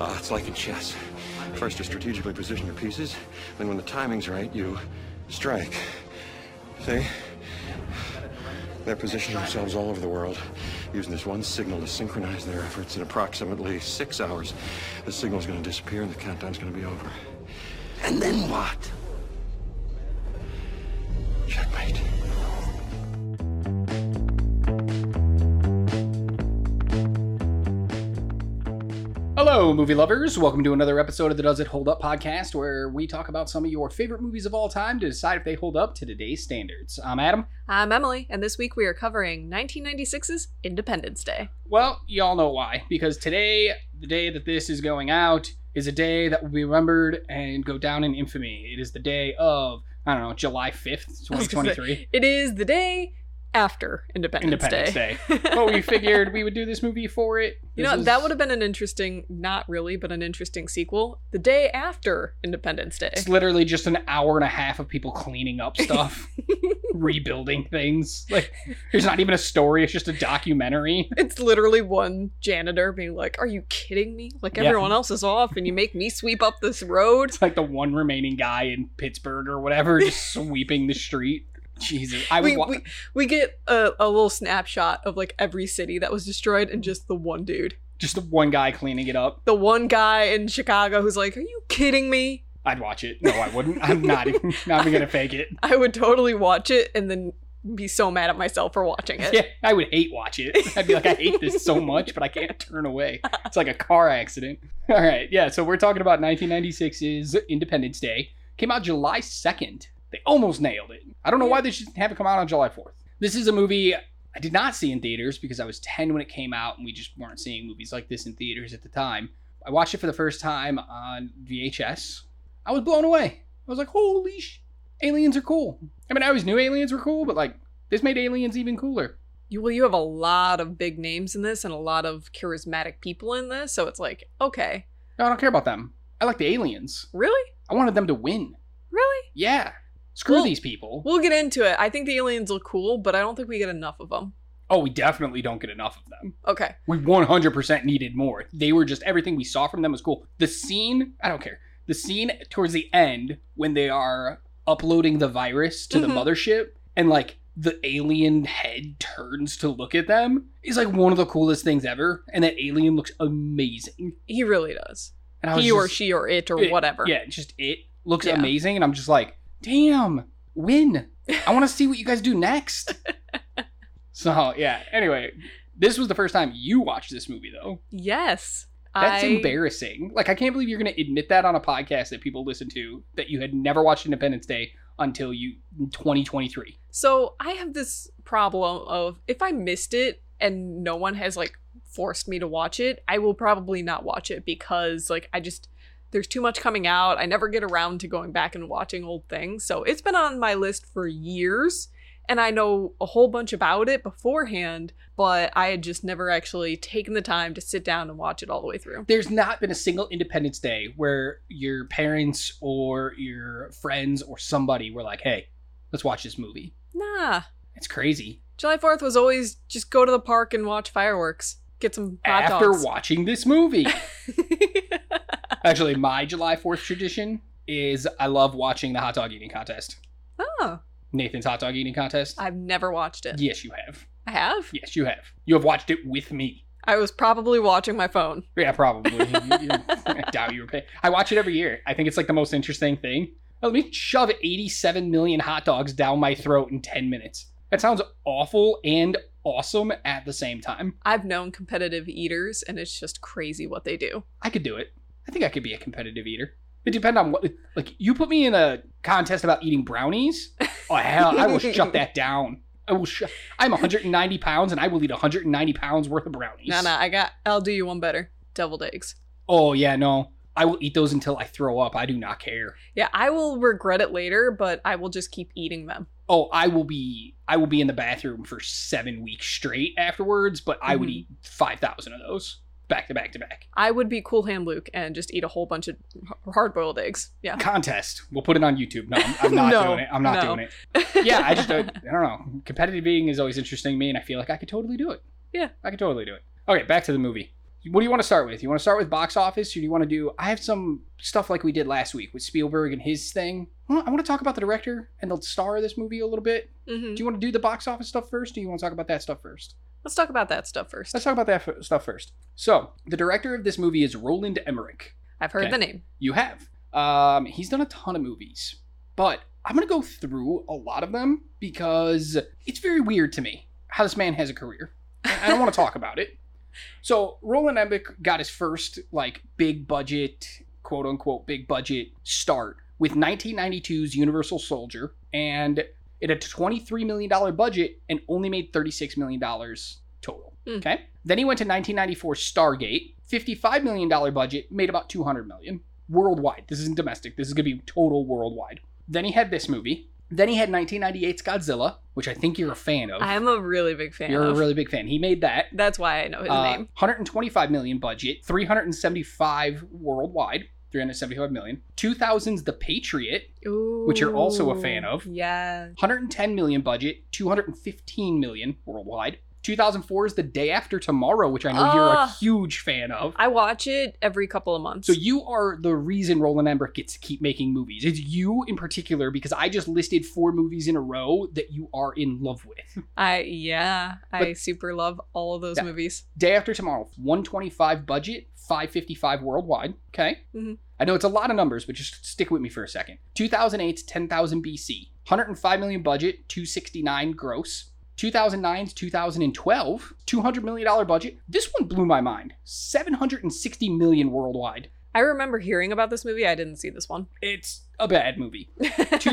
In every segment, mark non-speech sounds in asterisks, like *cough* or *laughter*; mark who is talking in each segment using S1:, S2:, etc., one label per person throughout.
S1: Uh, it's like in chess. First, you strategically position your pieces, then, when the timing's right, you strike. See? They're positioning themselves all over the world, using this one signal to synchronize their efforts. In approximately six hours, the signal's gonna disappear and the countdown's gonna be over. And then what? Checkmate.
S2: Hello, movie lovers. Welcome to another episode of the Does It Hold Up podcast, where we talk about some of your favorite movies of all time to decide if they hold up to today's standards. I'm Adam.
S3: I'm Emily, and this week we are covering 1996's Independence Day.
S2: Well, y'all know why. Because today, the day that this is going out, is a day that will be remembered and go down in infamy. It is the day of, I don't know, July 5th,
S3: *laughs* I was gonna say,
S2: 2023.
S3: It is the day after Independence,
S2: Independence
S3: Day.
S2: Day. But we
S3: *laughs*
S2: figured we would do this movie for it. This
S3: you know,
S2: is-
S3: that would have been an interesting, not really, but an interesting sequel. The day after Independence Day.
S2: It's literally just an hour and a half of people cleaning up stuff, rebuilding things. Like, there's not even a story, it's just a documentary.
S3: *laughs*
S2: *laughs*
S3: It's literally one janitor being like, Are you kidding me? Like,
S2: Yeah.
S3: everyone else is off, and you make me sweep up this road.
S2: It's like the one remaining guy in Pittsburgh or whatever,
S3: *laughs*
S2: just sweeping the street. Jesus, I would.
S3: we,
S2: Wa-
S3: we, we get a, a little snapshot of like every city that was destroyed and just the one dude.
S2: just the one guy cleaning it up.
S3: The one guy in Chicago who's like, Are you kidding me?
S2: I'd watch it. No, I wouldn't. I'm not even *laughs* not even gonna fake it.
S3: I would totally watch it and then be so mad at myself for watching
S2: *laughs*
S3: it.
S2: Yeah, I would hate watch it. I'd be like, I hate this so much, but I can't turn away. It's like a car accident. All right, yeah. So we're talking about 1996's Independence Day. Came out July 2nd. They almost nailed it. I don't know why they shouldn't have it come out on July 4th. This is a movie I did not see in theaters because I was 10 when it came out, and we just weren't seeing movies like this in theaters at the time. I watched it for the first time on VHS. I was blown away. I was like, holy sh! Aliens are cool. I mean, I always knew aliens were cool, but like, this made aliens even cooler.
S3: You, well, you have a lot of big names in this and a lot of charismatic people in this. So it's like, okay,
S2: No, I don't care about them. I like the aliens.
S3: really?
S2: I wanted them to win.
S3: Really?
S2: Yeah. Screw
S3: Well-
S2: these people.
S3: We'll get into it. I think the aliens look cool, but I don't think we get enough of them.
S2: oh, we definitely don't get enough of them.
S3: Okay.
S2: We 100% needed more. They were just everything we saw from them was cool. The scene, I don't care. The scene towards the end when they are uploading the virus to the
S3: Mhm.
S2: mothership and like the alien head turns to look at them is like one of the coolest things ever. And that alien looks amazing.
S3: He really does.
S2: And I was
S3: He or
S2: just-
S3: she or it or
S2: It-
S3: whatever.
S2: Yeah, just it looks
S3: Yeah.
S2: amazing, and I'm just like, damn, win. I want to see what you guys do
S3: *laughs*
S2: next. so yeah. Anyway, this was the first time you watched this movie, though.
S3: Yes.
S2: That's
S3: I-
S2: embarrassing. Like, I can't believe you're going to admit that on a podcast that people listen to that you had never watched Independence Day until you 2023.
S3: So I have this problem of if I missed it and no one has like forced me to watch it, I will probably not watch it because like I just there's too much coming out. I never get around to going back and watching old things. So it's been on my list for years and I know a whole bunch about it beforehand, but I had just never actually taken the time to sit down and watch it all the way through.
S2: There's not been a single Independence Day where your parents or your friends or somebody were like, "Hey, let's watch this movie."
S3: Nah.
S2: It's crazy.
S3: July 4th was always just go to the park and watch fireworks. Get some hot
S2: after
S3: *laughs* dogs.
S2: watching this movie. Actually, my July 4th tradition is I love watching the hot dog eating contest.
S3: oh,
S2: Nathan's hot dog eating contest.
S3: I've never watched it.
S2: Yes, you have.
S3: I have.
S2: Yes, you have. You have watched it with me.
S3: I was probably watching my phone.
S2: Yeah, probably. You- you- *laughs* I doubt you were paying. I watch it every year. I think it's like the most interesting thing. Let me shove 87 million hot dogs down my throat in 10 minutes. That sounds awful and awesome at the same time.
S3: I've known competitive eaters, and it's just crazy what they do.
S2: I could do it. I think I could be a competitive eater. It depend on what. Like you put me in a contest about eating brownies. Oh hell, I will shut that down. I will. Sh- I'm 190 pounds, and I will eat 190 pounds worth of brownies.
S3: No, no, I got. I'll do you one better. Deviled eggs.
S2: Oh yeah, no. I will eat those until I throw up. I do not care.
S3: Yeah, I will regret it later, but I will just keep eating them.
S2: Oh, I will be. I will be in the bathroom for seven weeks straight afterwards. But I would
S3: Mhm.
S2: eat 5,000 of those back to back to
S3: *laughs*
S2: back.
S3: I would be cool hand Luke and just eat a whole bunch of hard boiled eggs. Yeah.
S2: Contest. We'll put it on YouTube. No, I'm,
S3: *laughs*
S2: I'm not
S3: No,
S2: doing it. I'm not
S3: no.
S2: doing it. *laughs* yeah, I just
S3: *laughs*
S2: don't, I don't know. Competitive eating is always interesting to me, and I feel like I could totally do it.
S3: Yeah.
S2: I could totally do it. Okay, back to the movie. what do you want to start with? You want to start with box office, or do you want to do? I have some stuff like we did last week with Spielberg and his thing. Well, I want to talk about the director and the star of this movie a little bit.
S3: hmm
S2: Do you want to do the box office stuff first, or do you want to talk about that stuff first?
S3: Let's talk about that stuff first.
S2: Let's talk about that f- stuff first. So, the director of this movie is Roland Emmerich.
S3: I've heard
S2: Okay.
S3: the name.
S2: You have. Um, he's done a ton of movies, but I'm gonna go through a lot of them because it's very weird to me how this man has a career. I don't want to talk about it. So Roland Emmerich got his first like big budget, quote unquote big budget start with 1992's Universal Soldier, and it had a 23 million dollar budget and only made 36 million dollars total.
S3: Hmm.
S2: Okay. Then he went to 1994 Stargate, 55 million dollar budget, made about 200 million worldwide. This isn't domestic. This is gonna be total worldwide. Then he had this movie. Then he had 1998's Godzilla, which I think you're a fan of.
S3: I'm a really big fan.
S2: Oh. You're
S3: of.
S2: a really big fan. He made that.
S3: That's why I know his
S2: Uh,
S3: name.
S2: 125 million budget, 375 worldwide, 375 million. 2000's The Patriot, which you're also a fan
S3: Ooh,
S2: of.
S3: Yes.
S2: 110 million budget, 215 million worldwide. 2004 is The Day After Tomorrow, which I know you're a
S3: Ah.
S2: huge fan of.
S3: I watch it every couple of months.
S2: So you are the reason Roland Emmerich gets to keep making movies. It's you in particular because I just listed four movies in a row that you are in love with.
S3: I yeah, I
S2: But-
S3: super love all of those
S2: Yeah.
S3: movies.
S2: Day after tomorrow, 125 budget, 555 worldwide. Okay.
S3: Mhm.
S2: I know it's a lot of numbers, but just stick with me for a second. 2008's 10,000 BC, 105 million budget, 269 gross. 2009's 2012, 200 million dollar budget. This one blew my mind. 760 million worldwide.
S3: I remember hearing about this movie. I didn't see this one. *laughs*
S2: It's a bad movie.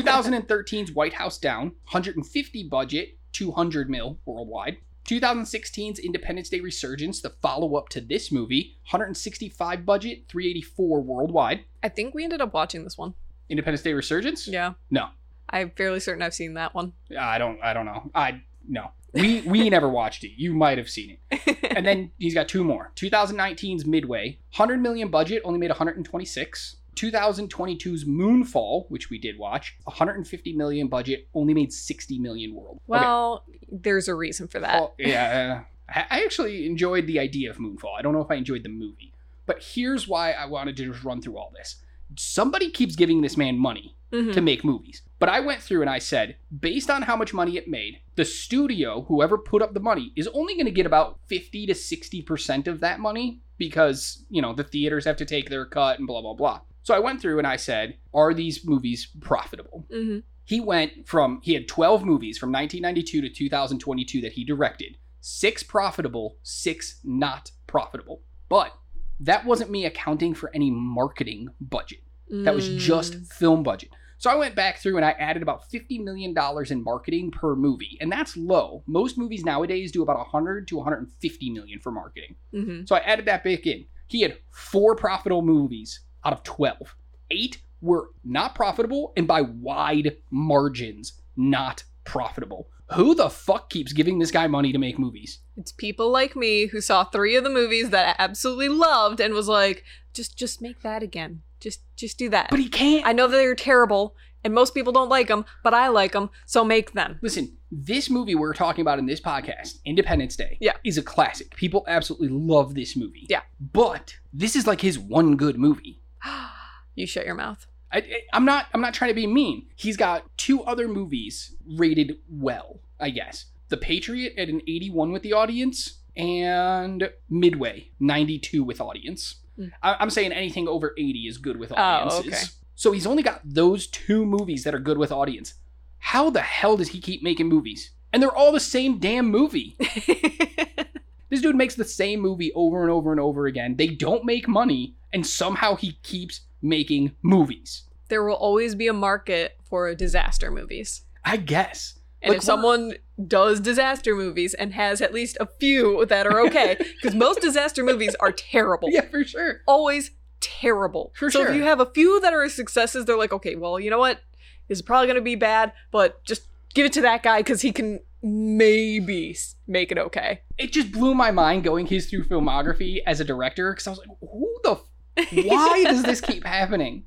S2: 2013's White House Down, 150 budget, 200 mil worldwide. 2016's Independence Day Resurgence, the follow up to this movie, 165 budget, 384 worldwide.
S3: I think we ended up watching this one.
S2: Independence Day Resurgence?
S3: Yeah.
S2: No.
S3: I'm fairly certain I've seen that one.
S2: I don't I don't know. I no. We we *laughs* never watched it. You might have seen it. And then he's got two more. 2019's Midway, 100 million budget, only made 126. 2022's Moonfall, which we did watch, 150 million budget, only made 60 million world. Okay.
S3: Well, there's a reason for that.
S2: Oh, yeah. I I actually enjoyed the idea of Moonfall. I don't know if I enjoyed the movie, but here's why I wanted to just run through all this. Somebody keeps giving this man money
S3: Mhm.
S2: to make movies, but I went through and I said, based on how much money it made, the studio, whoever put up the money, is only going to get about 50 to 60% of that money because, you know, the theaters have to take their cut and blah, blah, blah. So I went through and I said, are these movies profitable?
S3: Mhm.
S2: he went from he had 12 movies from 1992 to 2022 that he directed six profitable six not profitable but that wasn't me accounting for any marketing budget that was just
S3: Mm.
S2: film budget so i went back through and i added about $50 million in marketing per movie and that's low most movies nowadays do about 100 to 150 million for marketing
S3: Mhm.
S2: so I added that back in. He had four profitable movies out of 12. Eight were not profitable and by wide margins not profitable. Who the fuck keeps giving this guy money to make movies?
S3: It's people like me who saw three of the movies that I absolutely loved and was like, just just make that again. Just just do that.
S2: But he can't.
S3: I know they're terrible and most people don't like them, but I like them, so make them. *gasps*
S2: Listen, this movie we're talking about in this podcast, Independence Day,
S3: Yeah.
S2: is a classic. People absolutely love this movie.
S3: Yeah.
S2: But this is like his one good movie.
S3: you shut your mouth.
S2: I, I- I'm not. I'm not trying to be mean. He's got two other movies rated well, I guess. The Patriot at an 81 with the audience, and Midway 92 with audience.
S3: Mm.
S2: I, I'm saying anything over 80 is good with
S3: okay.
S2: audiences. So he's only got those two movies that are good with audience. How the hell does he keep making movies? And they're all the same damn movie. This dude makes the same movie over and over and over again. They don't make money, and somehow he keeps making movies.
S3: there will always be a market for disaster movies.
S2: I guess.
S3: And
S2: Like,
S3: if
S2: we're-
S3: someone does disaster movies and has at least a few that are
S2: *laughs*
S3: okay, because most disaster movies are terrible,
S2: *laughs* Yeah, for sure.
S3: always terrible.
S2: For
S3: so
S2: sure.
S3: if you have a few that are successes, they're like, okay, well, you know what? This is probably going to be bad, but just give it to that guy because he can maybe s- make it okay.
S2: It just blew my mind going his through filmography as a director because I was like, who the f-
S3: *laughs*
S2: why does this keep happening?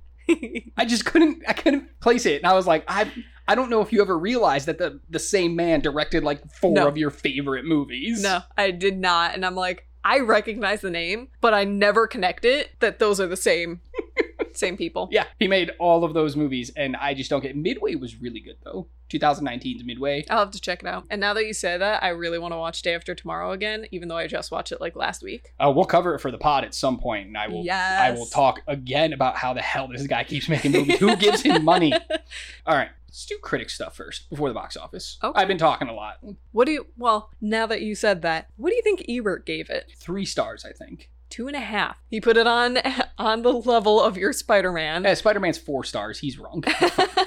S2: I just couldn't I couldn't place it, and I was like, I I don't know if you ever realized that the the same man directed like four
S3: No.
S2: of your favorite movies.
S3: no, I did not. And I'm like, I recognize the name, but I never connect it that those are the same *laughs* same people.
S2: Yeah, he made all of those movies, and I just don't get. Midway was really good though. 2019's Midway.
S3: I'll have to check it out. And now that you say that, I really want to watch Day After Tomorrow again, even though I just watched it like last week. *laughs*
S2: Uh, we'll cover it for the pod at some point, and I will.
S3: yes.
S2: I will talk again about how the hell this guy keeps making movies. Who gives him money? All right, let's do critic stuff first before the box office.
S3: Okay.
S2: I've been talking a lot.
S3: What do you? Well, now that you said that, what do you think Ebert gave it?
S2: Three stars, I think.
S3: Two and a half. He put it on *laughs* on the level of your Spider-Man.
S2: Yeah, Spider Man's four stars. He's wrong.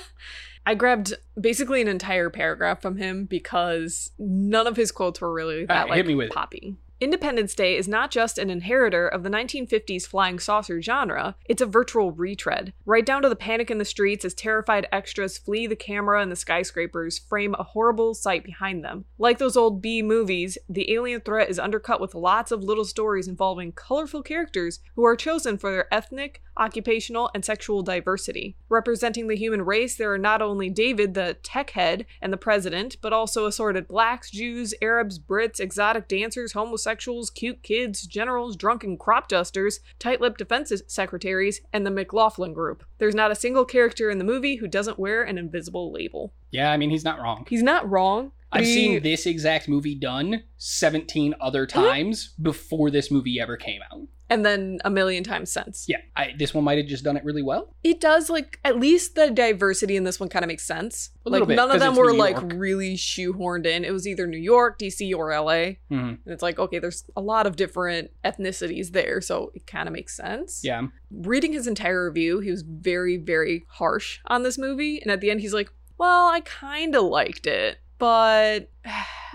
S3: *laughs* I grabbed basically an entire paragraph from him because none of his quotes were really that
S2: Alright,
S3: like
S2: hit me with it.
S3: poppy. Independence Day is not just an inheritor of the 1950s flying saucer genre, it's a virtual retread. Right down to the panic in the streets as terrified extras flee the camera and the skyscrapers frame a horrible sight behind them. Like those old B movies, the alien threat is undercut with lots of little stories involving colorful characters who are chosen for their ethnic, occupational, and sexual diversity. Representing the human race, there are not only David, the tech head, and the president, but also assorted blacks, Jews, Arabs, Brits, exotic dancers, homosexuals, cute kids, generals, drunken crop dusters, tight lipped defense secretaries, and the McLaughlin group. There's not a single character in the movie who doesn't wear an invisible label.
S2: yeah, I mean he's not wrong.
S3: He's not wrong. but
S2: I've
S3: he-
S2: seen this exact movie done 17 other times before this movie ever came out.
S3: and then a million times since.
S2: Yeah, I, this one might have just done it really well.
S3: It does like at least the diversity in this one kind of makes sense.
S2: A
S3: like
S2: little bit,
S3: none of
S2: 'cause
S3: them
S2: it's
S3: were
S2: New
S3: like
S2: York.
S3: really shoehorned in. It was either New York, DC, or LA.
S2: Mhm.
S3: And it's like, okay, there's a lot of different ethnicities there, so it kind of makes sense.
S2: Yeah.
S3: Reading his entire review, he was very, very harsh on this movie. And at the end, he's like, well, I kind of liked it, but *sighs*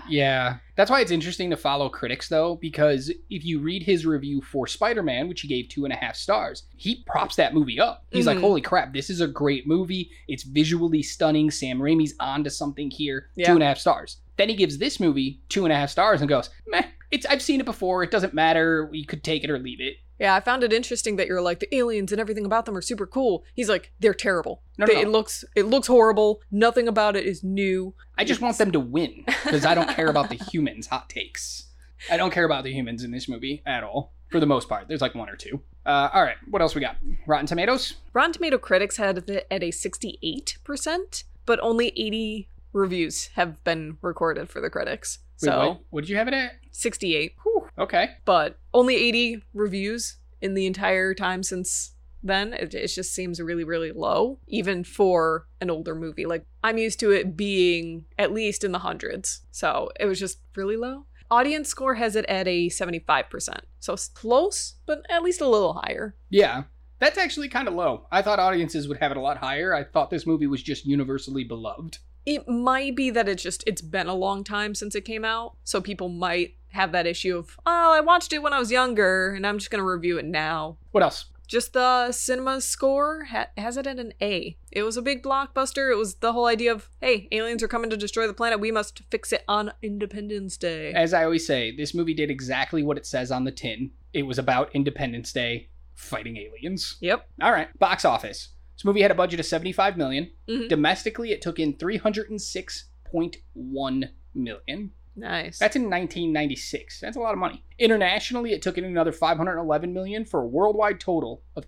S2: Yeah. That's why it's interesting to follow critics, though, because if you read his review for Spider Man, which he gave two and a half stars, he props that movie up. He's
S3: Mhm.
S2: like, holy crap, this is a great movie. It's visually stunning. Sam Raimi's onto something here.
S3: Yeah.
S2: Two and a half stars. Then he gives this movie two and a half stars and goes, meh, it's, I've seen it before. It doesn't matter. We could take it or leave it.
S3: yeah, I found it interesting that you're like the aliens and everything about them are super cool. He's like, they're terrible.
S2: No,
S3: They-
S2: no, no.
S3: It looks it looks horrible. Nothing about it is new.
S2: I just want them to win because I don't care about the humans' hot takes. I don't care about the humans in this movie at all, for the most part. There's like one or two. Uh, all right, what else we got? Rotten Tomatoes?
S3: Rotten Tomato critics had it at a 68%, but only 80 reviews have been recorded for the critics.
S2: Wait,
S3: So
S2: what, what did you have it at?
S3: 68,
S2: Whew, okay.
S3: but only 80 reviews in the entire time since then. It, it just seems really, really low, even for an older movie. Like I'm used to it being at least in the hundreds. So it was just really low. Audience score has it at a 75%. So it's close, but at least a little higher.
S2: Yeah, that's actually kind of low. I thought audiences would have it a lot higher. I thought this movie was just universally beloved.
S3: it might be that it's just it's been a long time since it came out so people might have that issue of oh i watched it when i was younger and i'm just going to review it now
S2: What else?
S3: just the cinema score ha- has it at an a it was a big blockbuster it was the whole idea of hey aliens are coming to destroy the planet we must fix it on independence day
S2: As I always say, this movie did exactly what it says on the tin. It was about Independence Day fighting aliens.
S3: yep
S2: All right, box office. This movie had a budget of 75 million.
S3: Mhm.
S2: Domestically, it took in 306.1 million.
S3: nice
S2: That's in 1996. That's a lot of money. Internationally, it took in another 511 million for a worldwide total of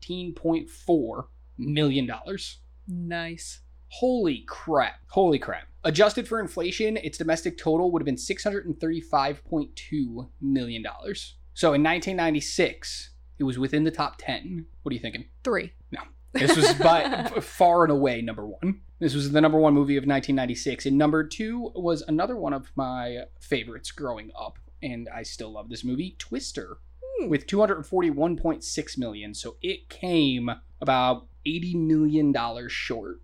S2: 817.4 million dollars.
S3: nice
S2: Holy crap. Holy crap. Adjusted for inflation, its domestic total would have been $635.2 million. So in 1996, it was within the top 10. What are you thinking?
S3: three
S2: This was by b- far and away number one. This was the number one movie of 1996, and number two was another one of my favorites growing up, and I still love this movie, Twister,
S3: Hmm.
S2: with 241.6 million. So it came about 80 million dollars short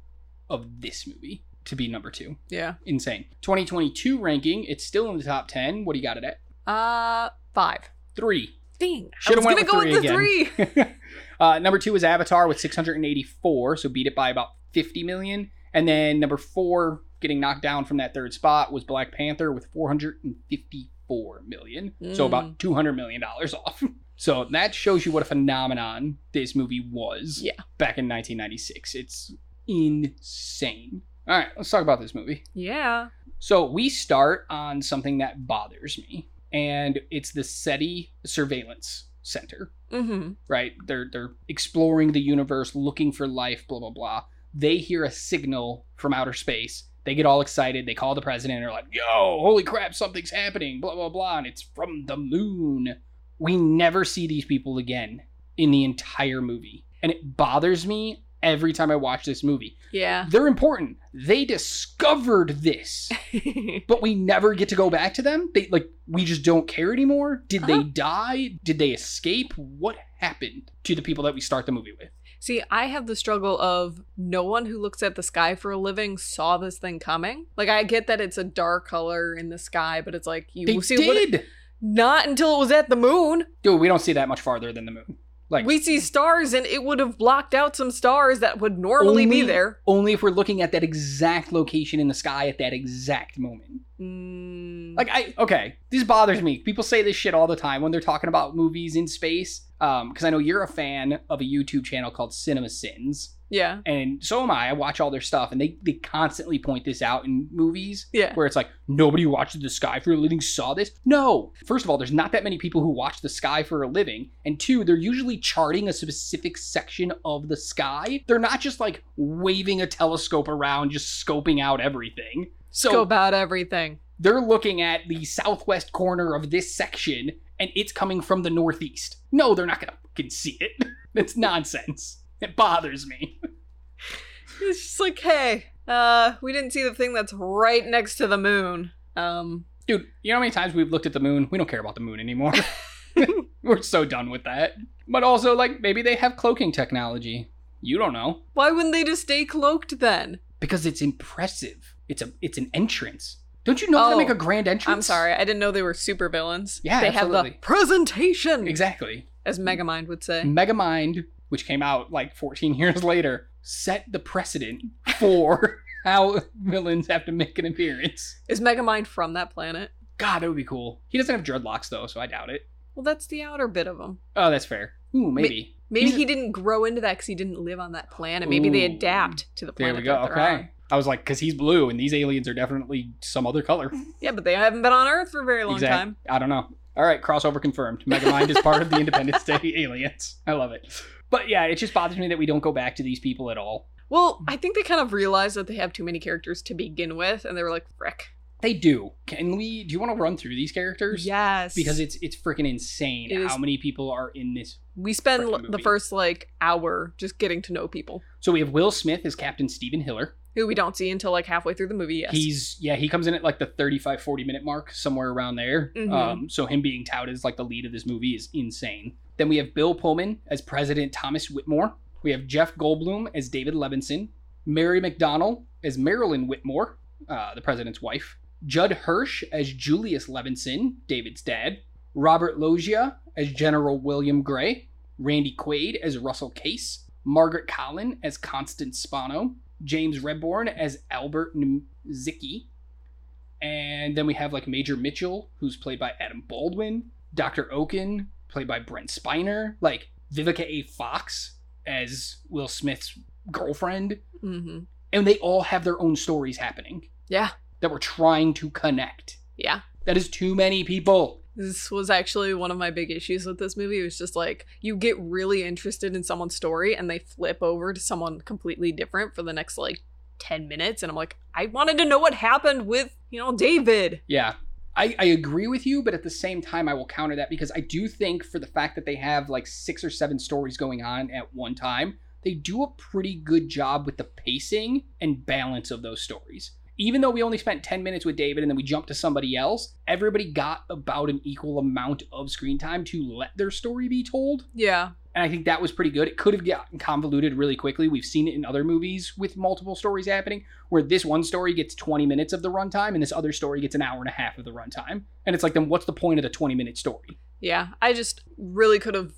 S2: of this movie to be number two.
S3: yeah
S2: Insane. 2022 ranking, it's still in the top 10. What do you got it at?
S3: uh five
S2: Three.
S3: dang
S2: Shoulda
S3: i was
S2: went
S3: gonna
S2: with
S3: go
S2: three
S3: with the
S2: again.
S3: three
S2: *laughs* uh, number two is Avatar with 684, so beat it by about 50 million. And then number four, getting knocked down from that third spot, was Black Panther with 454 million, so
S3: Mm.
S2: about 200 million dollars off. *laughs* So that shows you what a phenomenon this movie was
S3: Yeah.
S2: back in 1996. It's insane. All right, let's talk about this movie.
S3: yeah
S2: So we start on something that bothers me. and it's the SETI surveillance center,
S3: Mm-hmm.
S2: right? They're they're exploring the universe, looking for life, blah blah blah. They hear a signal from outer space. They get all excited. They call the president. and They're like, "Yo, holy crap, something's happening!" Blah blah blah, and it's from the moon. We never see these people again in the entire movie, and it bothers me every time I watch this movie.
S3: Yeah.
S2: They're important. They discovered this
S3: *laughs*
S2: but we never get to go back to them. They like we just don't care anymore. Did
S3: Uh-huh.
S2: they die? Did they escape? What happened to the people that we start the movie with?
S3: See, I have the struggle of no one who looks at the sky for a living saw this thing coming. Like I get that it's a dark color in the sky, but it's like you
S2: They
S3: see what
S2: did.
S3: not until it was at the moon.
S2: Dude, we don't see that much farther than the moon. Like
S3: we see stars and it would have blocked out some stars that would normally be
S2: Only-
S3: there.
S2: only if we're looking at that exact location in the sky at that exact moment.
S3: Mm,
S2: Like I okay, this bothers me. People say this shit all the time when they're talking about movies in space. Um, because I know you're a fan of a YouTube channel called Cinema Sins,
S3: yeah.
S2: and so am I. I watch all their stuff, and they they constantly point this out in movies.
S3: Yeah.
S2: where it's like nobody who watches the sky for a living saw this no first of all there's not that many people who watch the sky for a living and two they're usually charting a specific section of the sky they're not just like waving a telescope around just scoping out everything so
S3: Go about everything.
S2: they're looking at the southwest corner of this section and it's coming from the northeast no they're not gonna fucking see it *laughs* it's nonsense it bothers me
S3: *laughs* It's just like, hey, uh, we didn't see the thing that's right next to the moon. Um
S2: Dude, you know how many times we've looked at the moon? We don't care about the moon
S3: *laughs*
S2: anymore. *laughs* We're so done with that. But also, like, maybe they have cloaking technology. You don't know.
S3: why wouldn't they just stay cloaked then?
S2: Because it's impressive. It's a it's an entrance. Don't you know how to
S3: Oh,
S2: make a grand entrance?
S3: I'm sorry, I didn't know they were super villains.
S2: Yeah,
S3: they have the
S2: absolutely.
S3: presentation,
S2: Exactly.
S3: as Megamind would say.
S2: Megamind, which came out like 14 *laughs* years later, set the precedent
S3: *laughs*
S2: for how villains have to make an appearance.
S3: Is Megamind from that planet?
S2: God, that would be cool. He doesn't have dreadlocks though, so I doubt it.
S3: Well, that's the outer bit of him.
S2: Oh, that's fair. Ooh, maybe.
S3: Maybe
S2: He's-
S3: he didn't grow into that because he didn't live on that planet. Maybe they
S2: Ooh.
S3: adapt to the
S2: There
S3: planet.
S2: we go.
S3: that they're on.
S2: Okay. I was like, because he's blue and these aliens are definitely some other
S3: *laughs*
S2: color.
S3: Yeah, but they haven't been on Earth for a very long
S2: Exact-
S3: time.
S2: I don't know. All right, crossover confirmed. Megamind is part of the
S3: *laughs*
S2: Independence Day aliens. I love it. But yeah, it just bothers me that we don't go back to these people at all.
S3: Well, I think they kind of realized that they have too many characters to begin with, and they were like, frick.
S2: They do. Can we? Do you want to run through these characters?
S3: Yes.
S2: Because it's it's freaking insane
S3: It is-
S2: how many people are in this.
S3: we spend
S2: frickin'
S3: l- the
S2: movie.
S3: first, like, hour just getting to know people
S2: So we have Will Smith as Captain Stephen Hiller.
S3: who we don't see until, like, halfway through the movie. Yes.
S2: He's yeah, he comes in at like the 35 40 minute mark somewhere around there.
S3: Mhm.
S2: Um so him being touted as like the lead of this movie is insane. Then we have Bill Pullman as President Thomas Whitmore. We have Jeff Goldblum as David Levinson, Mary McDonnell as Marilyn Whitmore, uh, the president's wife, Judd Hirsch as Julius Levinson, David's dad, Robert Loggia as General William Gray, Randy Quaid as Russell Case, Margaret Collin as Constance Spano, James Redbourne as Albert Zicki, and then we have like Major Mitchell, who's played by Adam Baldwin, Dr. Oaken, played by Brent Spiner, like Vivica A. Fox as Will Smith's girlfriend,
S3: hmm
S2: and they all have their own stories happening
S3: Yeah.
S2: that we're trying to connect.
S3: Yeah.
S2: That is too many people.
S3: This was actually one of my big issues with this movie. It was just like, you get really interested in someone's story, and they flip over to someone completely different for the next, like, 10 minutes. And I'm like, I wanted to know what happened with, you know, David.
S2: Yeah. I, I agree with you, but at the same time, I will counter that because I do think for the fact that they have like six or seven stories going on at one time, they do a pretty good job with the pacing and balance of those stories. Even though we only spent 10 minutes with David and then we jumped to somebody else, everybody got about an equal amount of screen time to let their story be told.
S3: Yeah.
S2: and I think that was pretty good. It could have gotten convoluted really quickly. We've seen it in other movies with multiple stories happening, where this one story gets 20 minutes of the runtime and this other story gets an hour and a half of the runtime. And it's like, then what's the point of the 20 minute story?
S3: Yeah, I just really could have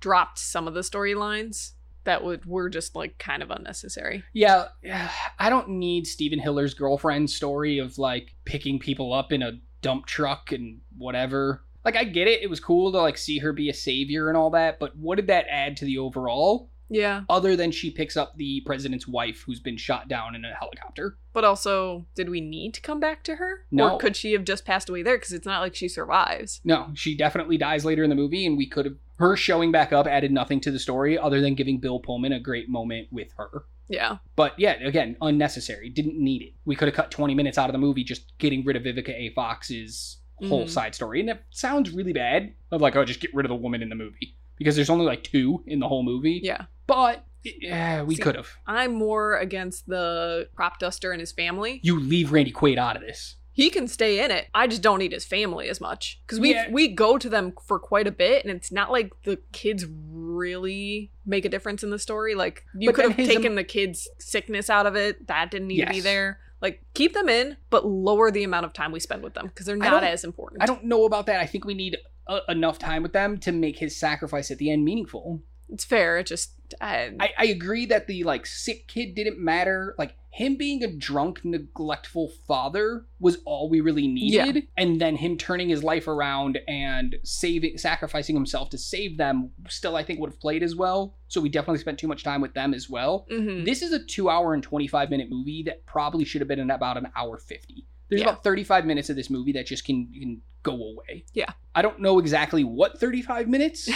S3: dropped some of the storylines that would were just like kind of unnecessary.
S2: Yeah, *sighs* I don't need Stephen Hiller's girlfriend story of like picking people up in a dump truck and whatever. Like, I get it. It was cool to like see her be a savior and all that, but what did that add to the overall?
S3: Yeah.
S2: other than she picks up the president's wife who's been shot down in a helicopter.
S3: But also, did we need to come back to her?
S2: No.
S3: Or could she have just passed away there? Because it's not like she survives.
S2: No, she definitely dies later in the movie, and we could have her showing back up added nothing to the story other than giving Bill Pullman a great moment with her.
S3: Yeah.
S2: But yeah, again, unnecessary. Didn't need it. We could have cut 20 minutes out of the movie just getting rid of Vivica A. Fox's whole
S3: Mhm.
S2: side story. And it sounds really bad of like, oh, just get rid of the woman in the movie because there's only like two in the whole movie.
S3: Yeah.
S2: But yeah, we
S3: See-
S2: could have.
S3: I'm more against the prop duster and his family.
S2: You leave Randy Quaid out of this.
S3: He can stay in it. I just don't need his family as much because we
S2: Yeah.
S3: we go to them for quite a bit, and it's not like the kids really make a difference in the story. Like you
S2: But
S3: could
S2: then
S3: have
S2: his
S3: taken
S2: em-
S3: the kids' sickness out of it. That didn't need to be
S2: Yes.
S3: there. Like keep them in, but lower the amount of time we spend with them because they're not
S2: don't-
S3: as important.
S2: I don't know about that. I think we need uh, enough time with them to make his sacrifice at the end meaningful.
S3: It's fair. It just I,
S2: I, I agree that the like sick kid didn't matter. Like him being a drunk, neglectful father was all we really needed. And then him turning his life around and saving, sacrificing himself to save them, still I think would have played as well. So we definitely spent too much time with them as well.
S3: Mhm.
S2: This is a two hour and 25 minute movie that probably should have been in about an hour 50. There's
S3: Yeah.
S2: about 35 minutes of this movie that just can, can go away.
S3: Yeah.
S2: I don't know exactly what 35 minutes,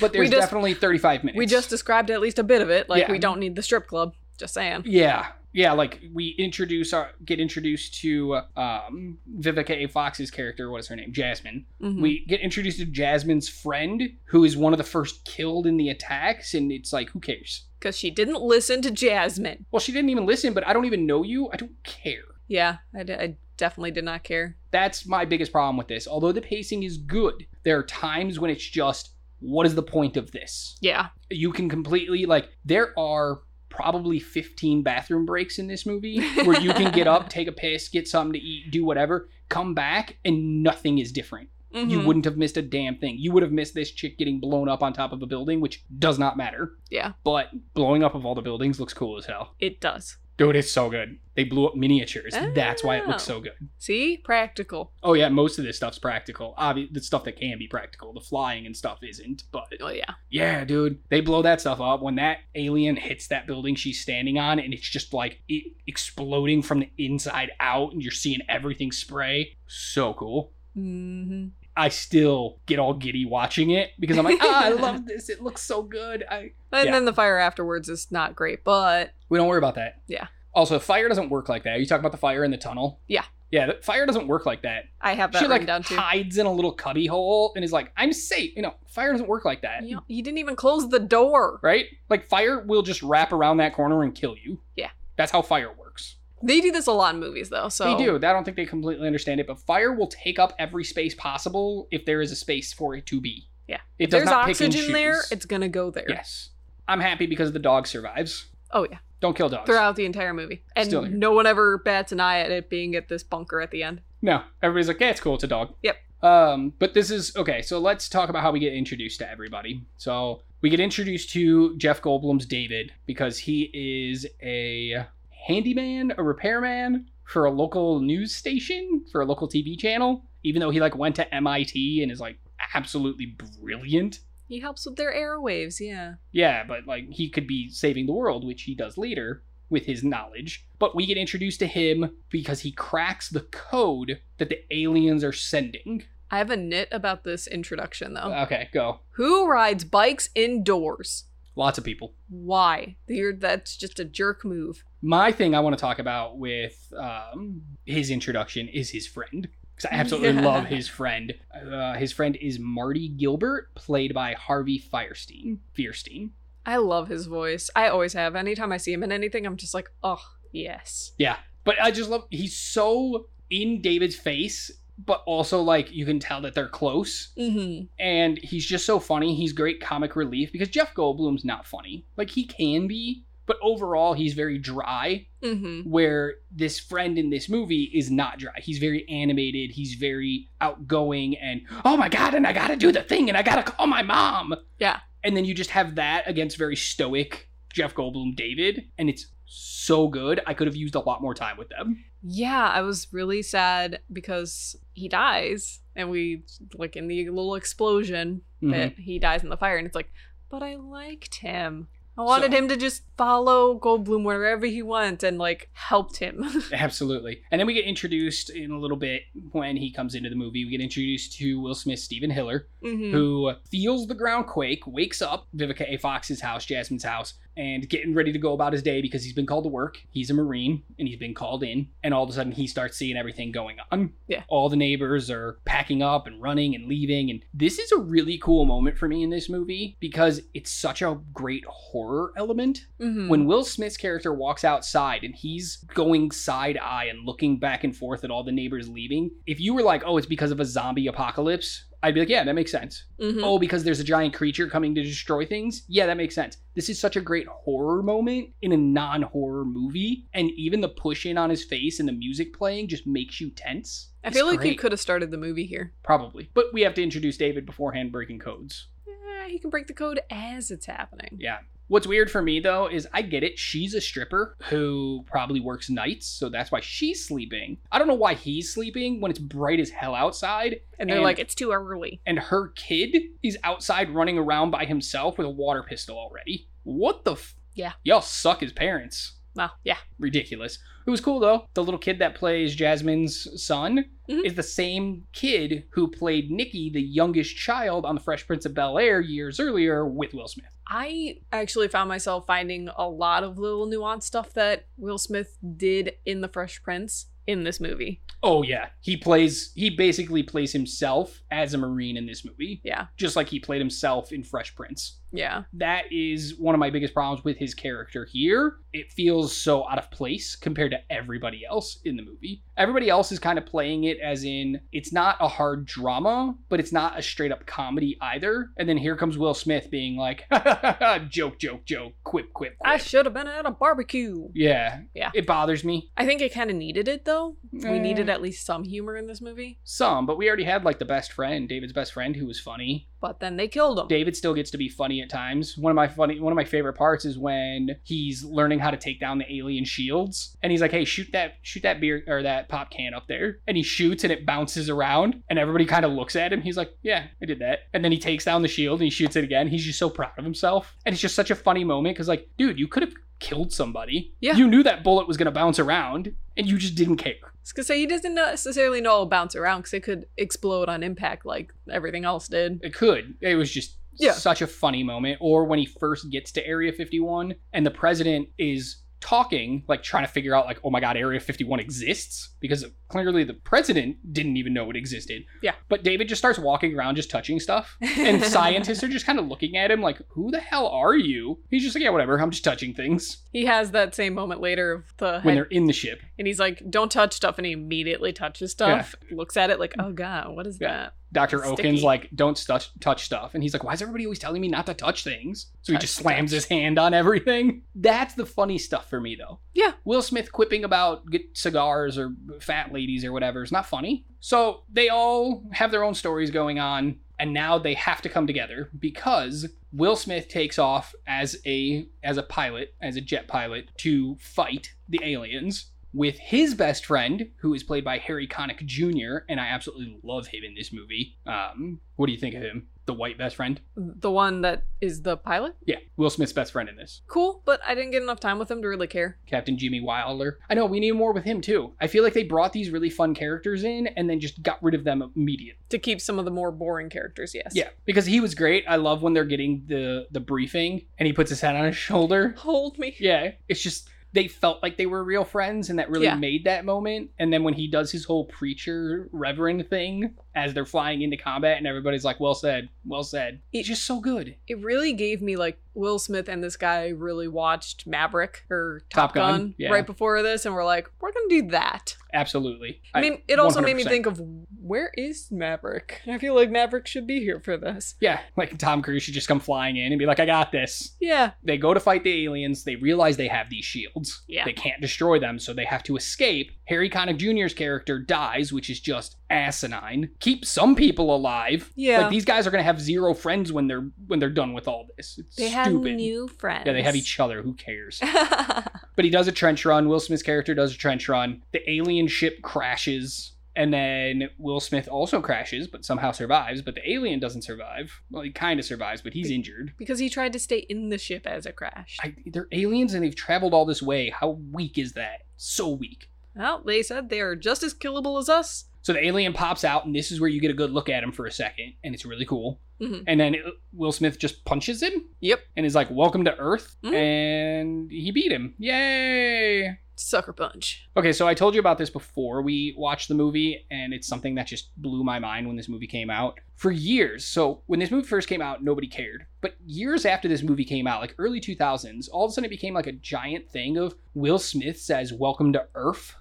S2: but there's
S3: just-
S2: definitely 35 minutes.
S3: *laughs* we just described at least a bit of it. Like
S2: Yeah.
S3: we don't need the strip club. Just saying.
S2: Yeah. Yeah, like we introduce our get introduced to um, Vivica A. Fox's character. What is her name? Jasmine.
S3: Mhm.
S2: We get introduced to Jasmine's friend, who is one of the first killed in the attacks, and it's like, who cares?
S3: because she didn't listen to Jasmine.
S2: Well, she didn't even listen, but I don't even know you. I don't care.
S3: Yeah, I, d- I definitely did not care.
S2: That's my biggest problem with this. Although the pacing is good, there are times when it's just, what is the point of this?
S3: Yeah,
S2: you can completely like there are probably 15 bathroom breaks in this movie where you can get
S3: *laughs*
S2: up take a piss get something to eat do whatever come back and nothing is different you
S3: Mhm.
S2: wouldn't have missed a damn thing you would have missed this chick getting blown up on top of a building which does not matter
S3: Yeah.
S2: but blowing up of all the buildings looks cool as hell
S3: It does.
S2: dude it's so good they blew up miniatures that's why it looks
S3: Oh.
S2: so good
S3: See, practical.
S2: oh yeah most of this stuff's practical obviously the stuff that can be practical the flying and stuff isn't but
S3: Oh yeah,
S2: yeah, dude. They blow that stuff up. When that alien hits that building she's standing on, and it's just like it exploding from the inside out, and you're seeing everything spray. So cool.
S3: hmm
S2: I still get all giddy watching it because I'm like, ah, I
S3: *laughs*
S2: love this. It looks so good. I
S3: and
S2: Yeah.
S3: then the fire afterwards is not great, but
S2: we don't worry about that.
S3: Yeah.
S2: Also, fire doesn't work like that. You talk about the fire in the tunnel.
S3: Yeah.
S2: Yeah, the fire doesn't work like that.
S3: I have that
S2: she
S3: written
S2: like
S3: down too.
S2: hides in a little cubby hole and is like, "I'm safe." You know, fire doesn't work like that.
S3: You know, he didn't even close the door.
S2: right? Like fire will just wrap around that corner and kill you.
S3: Yeah.
S2: That's how fire works.
S3: They do this a lot in movies, though. So
S2: They do. I don't think they completely understand it, but fire will take up every space possible if there is a space for it to be.
S3: Yeah.
S2: It
S3: If
S2: does
S3: there's
S2: not pick and
S3: oxygen there,
S2: choose.
S3: it's gonna go there.
S2: Yes. I'm happy because the dog survives.
S3: Oh yeah,
S2: Don't kill dogs.
S3: throughout the entire movie, and
S2: Still here.
S3: no one ever bats an eye at it being at this bunker at the end.
S2: No. Everybody's like, yeah, it's cool, it's a dog.
S3: Yep.
S2: Um, but this is okay, so let's talk about how we get introduced to everybody. So we get introduced to Jeff Goldblum's David because he is a handyman, a repairman for a local news station, for a local TV channel, even though he like went to MIT and is like absolutely brilliant.
S3: He helps with their airwaves. Yeah.
S2: Yeah, but like he could be saving the world, which he does later with his knowledge. But we get introduced to him because he cracks the code that the aliens are sending.
S3: I have a nit about this introduction though.
S2: Okay, go.
S3: Who rides bikes indoors? Lots
S2: Lots of people.
S3: Why? You're, that's just a jerk move.
S2: My thing I want to talk about with um, his introduction is his friend. Because I absolutely
S3: Yeah.
S2: love his friend. Uh, his friend is Marty Gilbert, played by Harvey Firestein. Fierstein.
S3: I love his voice. I always have. Anytime I see him in anything, I'm just like, oh, yes.
S2: Yeah. But I just love he's so in David's face, but also like you can tell that they're close.
S3: Mm-hmm.
S2: and he's just so funny. He's great comic relief because Jeff Goldblum's not funny. Like he can be, but overall he's very dry.
S3: Mm-hmm.
S2: Where this friend in this movie is not dry. He's very animated. He's very outgoing and oh my god, and I gotta do the thing and I gotta call my mom.
S3: Yeah.
S2: And then you just have that against very stoic Jeff Goldblum David, and it's so good. I could have used a lot more time with them.
S3: Yeah, I was really sad because he dies, and we like in the little explosion
S2: Mhm.
S3: that he dies in the fire, and it's like, But I liked him. I wanted him to just follow Goldblum wherever he went and like helped him. *laughs*
S2: Absolutely. And then we get introduced in a little bit when he comes into the movie. We get introduced to Will Smith, Stephen Hiller,
S3: Mhm.
S2: who feels the ground quake, wakes up Vivica A. Fox's house, Jasmine's house, and getting ready to go about his day because he's been called to work. He's a Marine and he's been called in. And all of a sudden, he starts seeing everything going on.
S3: Yeah.
S2: All the neighbors are packing up and running and leaving. And this is a really cool moment for me in this movie because it's such a great horror element
S3: Mhm.
S2: when Will Smith's character walks outside and he's going side eye and looking back and forth at all the neighbors leaving, if you were like, oh, it's because of a zombie apocalypse, I'd be like, yeah, that makes sense.
S3: Mhm.
S2: Oh, because there's a giant creature coming to destroy things? Yeah, that makes sense. This is such a great horror moment in a non horror movie. And even the push in on his face and the music playing just makes you tense.
S3: I
S2: It's
S3: feel like he
S2: great.
S3: could have started the movie here.
S2: Probably. But we have to introduce David beforehand breaking codes.
S3: Eh, he can break the code as it's happening.
S2: Yeah. What's weird for me though is I get it. She's a stripper who probably works nights, so that's why she's sleeping. I don't know why he's sleeping when it's bright as hell outside,
S3: And they're
S2: And-
S3: like, it's too early.
S2: and her kid is outside running around by himself with a water pistol already. What the? F-
S3: Yeah.
S2: Y'all suck as parents.
S3: Well, yeah.
S2: Ridiculous. It was cool though. The little kid that plays Jasmine's son
S3: Mhm.
S2: is the same kid who played Nikki, the youngest child on The Fresh Prince of Bel Air years earlier with Will Smith.
S3: I actually found myself finding a lot of little nuanced stuff that Will Smith did in The Fresh Prince in this movie.
S2: Oh yeah, he plays. He basically plays himself as a marine in this movie,
S3: Yeah.
S2: just like he played himself in Fresh Prince.
S3: Yeah.
S2: That is one of my biggest problems with his character here. It feels so out of place compared to everybody else in the movie. Everybody else is kind of playing it as in it's not a hard drama, but it's not a straight up comedy either. And then here comes Will Smith being like, *laughs* joke, joke, joke, quip, quip, quip.
S3: I should have been at a barbecue.
S2: yeah,
S3: Yeah.
S2: It bothers me.
S3: I think it kind of needed it though.
S2: Eh.
S3: We needed at least some humor in this movie,
S2: Some, but we already had like the best friend, David's best friend, who was funny.
S3: but then they killed him.
S2: David still gets to be funny at times. One of my funny, one of my favorite parts is when he's learning how to take down the alien shields, and he's like, "Hey, shoot that, shoot that beer or that pop can up there," and he shoots and it bounces around, and everybody kind of looks at him. He's like, "Yeah, I did that," and then he takes down the shield and he shoots it again. He's just so proud of himself, and it's just such a funny moment because, like, dude, you could have killed somebody.
S3: Yeah.
S2: you knew that bullet was gonna bounce around, and you just didn't care.
S3: I was gonna say he doesn't necessarily know it'll bounce around because it could explode on impact like everything else did.
S2: It could. It was just
S3: Yeah.
S2: such a funny moment. Or when he first gets to Area 51 and the president is talking, like trying to figure out, like, oh my God, Area 51 exists? Because clearly the president didn't even know it existed.
S3: Yeah.
S2: But David just starts walking around, just touching stuff.
S3: *laughs*
S2: And scientists are just kind of looking at him, like, who the hell are you? He's just like, yeah, whatever. I'm just touching things
S3: He has that same moment later of the
S2: when
S3: head,
S2: they're in the ship.
S3: and he's like, "Don't touch stuff," and he immediately touches stuff. Looks at it like, "Oh god, what is
S2: Yeah.
S3: that?"
S2: Dr.
S3: Sticky.
S2: Oaken's like, don't touch, touch stuff. And he's like, why is everybody always telling me not to touch things? So he
S3: Touch,
S2: just slams
S3: touch.
S2: his hand on everything. *laughs* That's the funny stuff for me, though.
S3: Yeah.
S2: Will Smith quipping about get cigars or fat ladies or whatever is not funny. So they all have their own stories going on. And now they have to come together because Will Smith takes off as a as a pilot, as a jet pilot, to fight the aliens with his best friend, who is played by Harry Connick Jr. And I absolutely love him in this movie. Um, what do you think of him? The white best friend?
S3: The one that is the pilot,
S2: Yeah, Will Smith's best friend in this.
S3: cool, but I didn't get enough time with him to really care.
S2: Captain Jimmy Wilder. I know we need more with him too. I feel like they brought these really fun characters in and then just got rid of them immediately.
S3: To keep some of the more boring characters, yes.
S2: Yeah, because he was great. I love when they're getting the the briefing and he puts his hand on his shoulder.
S3: Hold me.
S2: Yeah, it's just they felt like they were real friends, and that really
S3: Yeah.
S2: made that moment. And then when he does his whole preacher reverend thing as they're flying into combat, and everybody's like, "Well said, well said." It's just so good.
S3: It really gave me like Will Smith and this guy really watched Maverick or
S2: Top Gun,
S3: Gun
S2: yeah.
S3: right before this, and we're like, we're gonna do that.
S2: Absolutely.
S3: I mean, it also made me think of where is Maverick? I feel like Maverick should be here for this.
S2: Yeah, like Tom Cruise should just come flying in and be like, "I got this."
S3: Yeah,
S2: They go to fight the aliens. They realize they have these shields.
S3: Yeah.
S2: They can't destroy them, so they have to escape. Harry Connick Jr.'s character dies, which is just asinine. Keep some people alive.
S3: yeah.
S2: Like these guys are gonna have zero friends when they're when they're done with all this. It's
S3: they have
S2: stupid.
S3: new friends.
S2: yeah, they have each other. Who cares?
S3: *laughs* other.
S2: but he does a trench run. Will Smith's character does a trench run. The alien ship crashes. And then Will Smith also crashes, but somehow survives. But the alien doesn't survive. Well, he kind of survives, but he's injured.
S3: because he tried to stay in the ship as it crashed.
S2: I, they're aliens and they've traveled all this way. How weak is that? So weak.
S3: well, they said they are just as killable as us.
S2: So the alien pops out, and this is where you get a good look at him for a second, and it's really cool.
S3: Mhm.
S2: And then it, Will Smith just punches him.
S3: Yep.
S2: And is like, "Welcome to Earth,"
S3: Mhm.
S2: and he beat him. Yay!
S3: Sucker punch.
S2: Okay, so I told you about this before we watched the movie, and it's something that just blew my mind when this movie came out. For years, so when this movie first came out, nobody cared. But years after this movie came out, like early 2000s, all of a sudden it became like a giant thing of Will Smith says, Welcome to Earth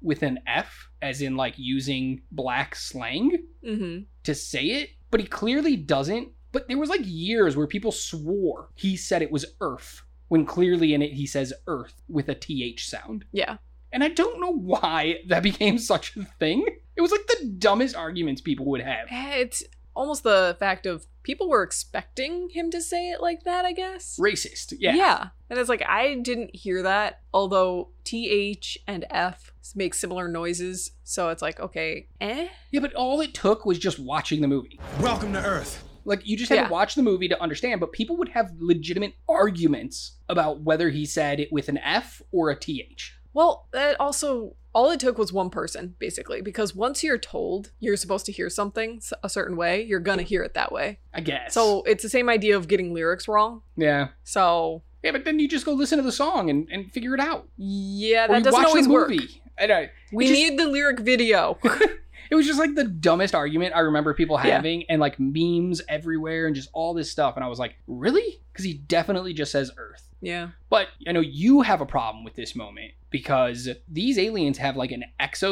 S2: with an F, as in like using black slang
S3: Mm-hmm.
S2: to say it, but he clearly doesn't. But there was like years where people swore he said it was Earth, when clearly in it he says Earth with a TH sound.
S3: Yeah.
S2: And I don't know why that *laughs* became such a thing. It was like the dumbest arguments people would have.
S3: Eh, It's almost the fact of people were expecting him to say it like that, I guess.
S2: Racist. Yeah.
S3: And it's like, I didn't hear that, although TH and F make similar noises. So it's like, okay, eh?
S2: Yeah, but all it took was just watching the movie.
S1: Welcome to Earth.
S2: Like you just had
S3: Yeah.
S2: to watch the movie to understand, but people would have legitimate arguments about whether he said it with an F or a TH.
S3: Well, that also, all it took was one person, basically, because once you're told you're supposed to hear something s- a certain way, you're going to hear it that way.
S2: I guess.
S3: So it's the same idea of getting lyrics wrong.
S2: Yeah.
S3: So,
S2: Yeah, but then you just go listen to the song and, and figure it out.
S3: yeah,
S2: Or
S3: that
S2: you
S3: doesn't
S2: watch
S3: always
S2: the
S3: work.
S2: movie. I know.
S3: We
S2: It just-
S3: need the lyric *laughs* video.
S2: It was just like the dumbest argument I remember people
S3: Yeah.
S2: having, and like memes everywhere, and just all this stuff. And I was like, really? Because he definitely just says Earth.
S3: yeah.
S2: But I know you have a problem with this moment because these aliens have like an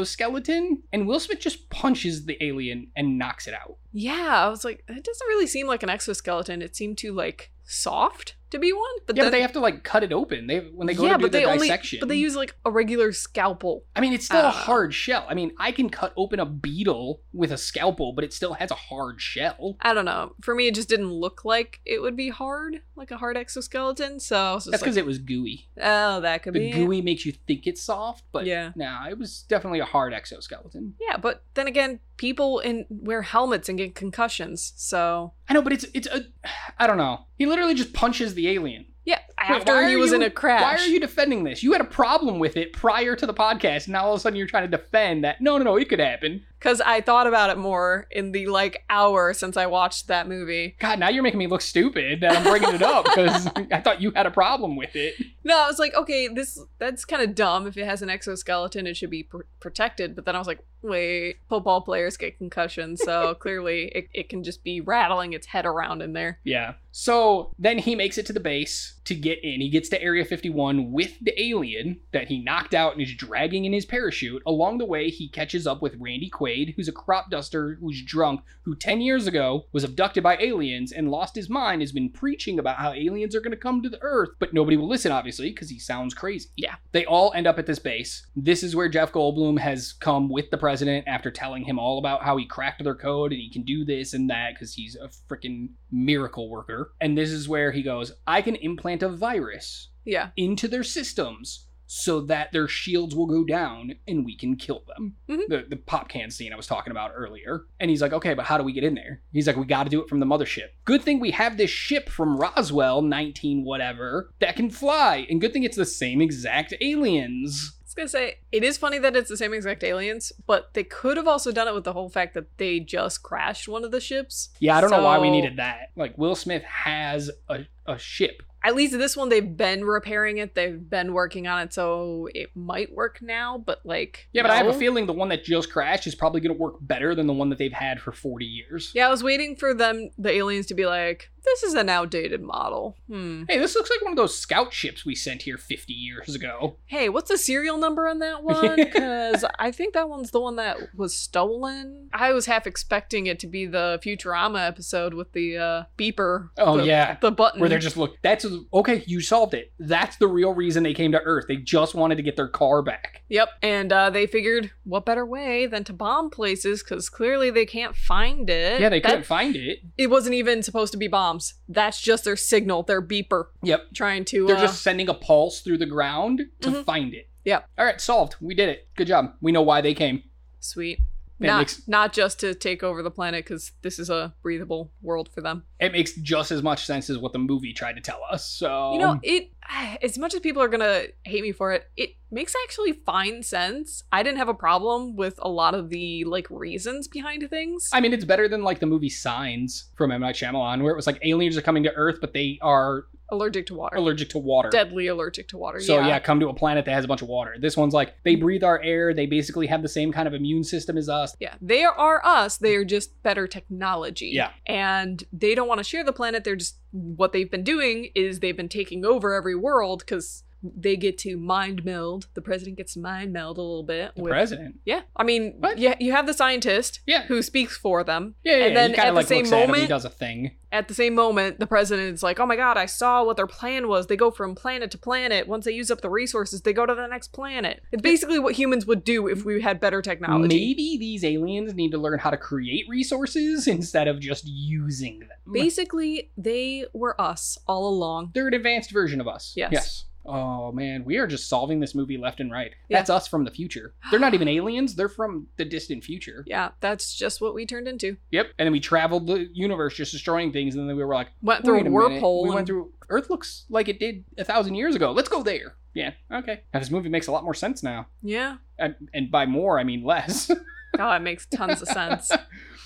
S2: exoskeleton, and Will Smith just punches the alien and knocks it out.
S3: Yeah, I was like, it doesn't really seem like an exoskeleton. It seemed too like soft to be one. But
S2: yeah,
S3: then,
S2: but they have to like cut it open. They when they go
S3: yeah,
S2: to do
S3: but
S2: the
S3: they only
S2: dissection.
S3: but they use like a regular scalpel.
S2: I mean, it's still a
S3: Uh.
S2: hard shell. I mean, I can cut open a beetle with a scalpel, but it still has a hard shell.
S3: I don't know. For me, it just didn't look like it would be hard, like a hard exoskeleton. So I was just
S2: That's because
S3: like,
S2: it was gooey.
S3: oh, that could
S2: The
S3: be it.
S2: gooey makes you think it's soft, but
S3: Yeah.
S2: nah, it was definitely a hard exoskeleton.
S3: Yeah, but then again, people in wear helmets and get concussions. So
S2: I know, but it's it's a *sighs* I don't know. He literally just punches the alien.
S3: yeah,
S2: Wait,
S3: after
S2: why
S3: he
S2: are
S3: was in
S2: you-
S3: a crash.
S2: Why are you defending this? You had a problem with it prior to the podcast, and now all of a sudden you're trying to defend that. No, no, no, it could happen.
S3: Because I thought about it more in the like hour since I watched that movie.
S2: God, now you're making me look stupid that I'm bringing it up because *laughs* I thought you had a problem with it.
S3: No, I was like, okay, this that's kind of dumb. If it has an exoskeleton, it should be pr- protected. But then I was like, wait, football players get concussions,
S2: *laughs*
S3: so clearly it, it can just be rattling its head around in there.
S2: Yeah. So then he makes it to the base to get in. He gets to Area 51 with the alien that he knocked out and is dragging in his parachute. Along the way, he catches up with Randy Quaid, who's a crop duster who's drunk, who 10 years ago was abducted by aliens and lost his mind, has been preaching about how aliens are going to come to the Earth, but nobody will listen, obviously, because he sounds crazy.
S3: Yeah.
S2: They all end up at this base. This is where Jeff Goldblum has come with the president after telling him all about how he cracked their code and he can do this and that because he's a freaking miracle worker. And this is where he goes, I can implant a virus
S3: Yeah,
S2: into their systems so that their shields will go down and we can kill them.
S3: Mhm.
S2: The, the pop can scene I was talking about earlier. And he's like, okay, but how do we get in there? He's like, we got to do it from the mothership. Good thing we have this ship from Roswell, 19 whatever, that can fly. And good thing it's the same exact aliens.
S3: I was gonna say it is funny that it's the same exact aliens, but they could have also done it with the whole fact that they just crashed one of the ships.
S2: Yeah, I don't know why we
S3: So,
S2: needed that. Like, Will Smith has a, a ship.
S3: At least this one, they've been repairing it, they've been working on it, so it might work now. But like,
S2: Yeah, but I have a
S3: no.
S2: feeling the one that just crashed is probably going to work better than the one that they've had for 40 years.
S3: Yeah, I was waiting for them, the aliens, to be like, this is an outdated model. Hmm.
S2: Hey, this looks like one of those scout ships we sent here 50 years ago.
S3: Hey, what's the serial number on that one?
S2: *laughs*
S3: Because I think that one's the one that was stolen. I was half expecting it to be the Futurama episode with the uh, beeper.
S2: Oh,
S3: the-
S2: yeah.
S3: The button.
S2: Where they're just look. That's okay. You solved it. That's the real reason they came to Earth. They just wanted to get their car back.
S3: Yep. And uh, they figured what better way than to bomb places because clearly they can't find it.
S2: Yeah, they
S3: That-
S2: couldn't find it.
S3: It wasn't even supposed to be bombs. That's just their signal, their beeper
S2: Yep.
S3: trying to.
S2: They're
S3: uh,
S2: just sending a pulse through the ground to
S3: Mhm.
S2: find it.
S3: Yep.
S2: All right, solved. We did it. Good job. We know why they came.
S3: Sweet.
S2: It
S3: not
S2: makes
S3: not just to take over the planet because this is a breathable world for them.
S2: it makes just as much sense as what the movie tried to tell us. So
S3: you know, it *sighs* as much as people are gonna hate me for it, it makes actually fine sense. I didn't have a problem with a lot of the like reasons behind things.
S2: I mean, it's better than like the movie Signs from M Night Shyamalan, where it was like aliens are coming to Earth, but they are
S3: allergic to water,
S2: allergic to water.
S3: deadly allergic to water.
S2: So yeah.
S3: yeah,
S2: come to a planet that has a bunch of water. This one's like they breathe our air. They basically have the same kind of immune system as us.
S3: Yeah, they are us. They are just better technology.
S2: Yeah.
S3: And they don't want to share the planet. They're just, what they've been doing is they've been taking over every world because they get to mind meld. The president gets to mind meld a little bit.
S2: The
S3: with,
S2: president.
S3: Yeah. I mean,
S2: What?
S3: yeah, you have the scientist
S2: Yeah.
S3: who speaks for them.
S2: Yeah, yeah.
S3: And then
S2: he kind
S3: at
S2: of
S3: the
S2: like
S3: same
S2: looks at him. He
S3: moment-
S2: does a thing.
S3: At the same moment, the president's like, oh my God, I saw what their plan was. They go from planet to planet. Once they use up the resources, they go to the next planet. It's basically what humans would do if we had better technology.
S2: Maybe these aliens need to learn how to create resources *laughs* instead of just using them.
S3: Basically, they were us all along.
S2: They're an advanced version of us.
S3: Yes.
S2: Oh man, we are just solving this movie left and right.
S3: Yeah.
S2: That's us from the future. They're not even aliens. They're from the distant future.
S3: Yeah, that's just what we turned into.
S2: Yep. And then we traveled the universe, just destroying things, and then we were like.
S3: Went through
S2: Wait a
S3: a
S2: minute.
S3: wormhole.
S2: We went
S3: and-
S2: through Earth looks like it did a thousand years ago. Let's go there. Yeah. Okay. Now this movie makes a lot more sense now.
S3: yeah.
S2: And, and by more, I mean less. *laughs*
S3: Oh, it makes tons of sense.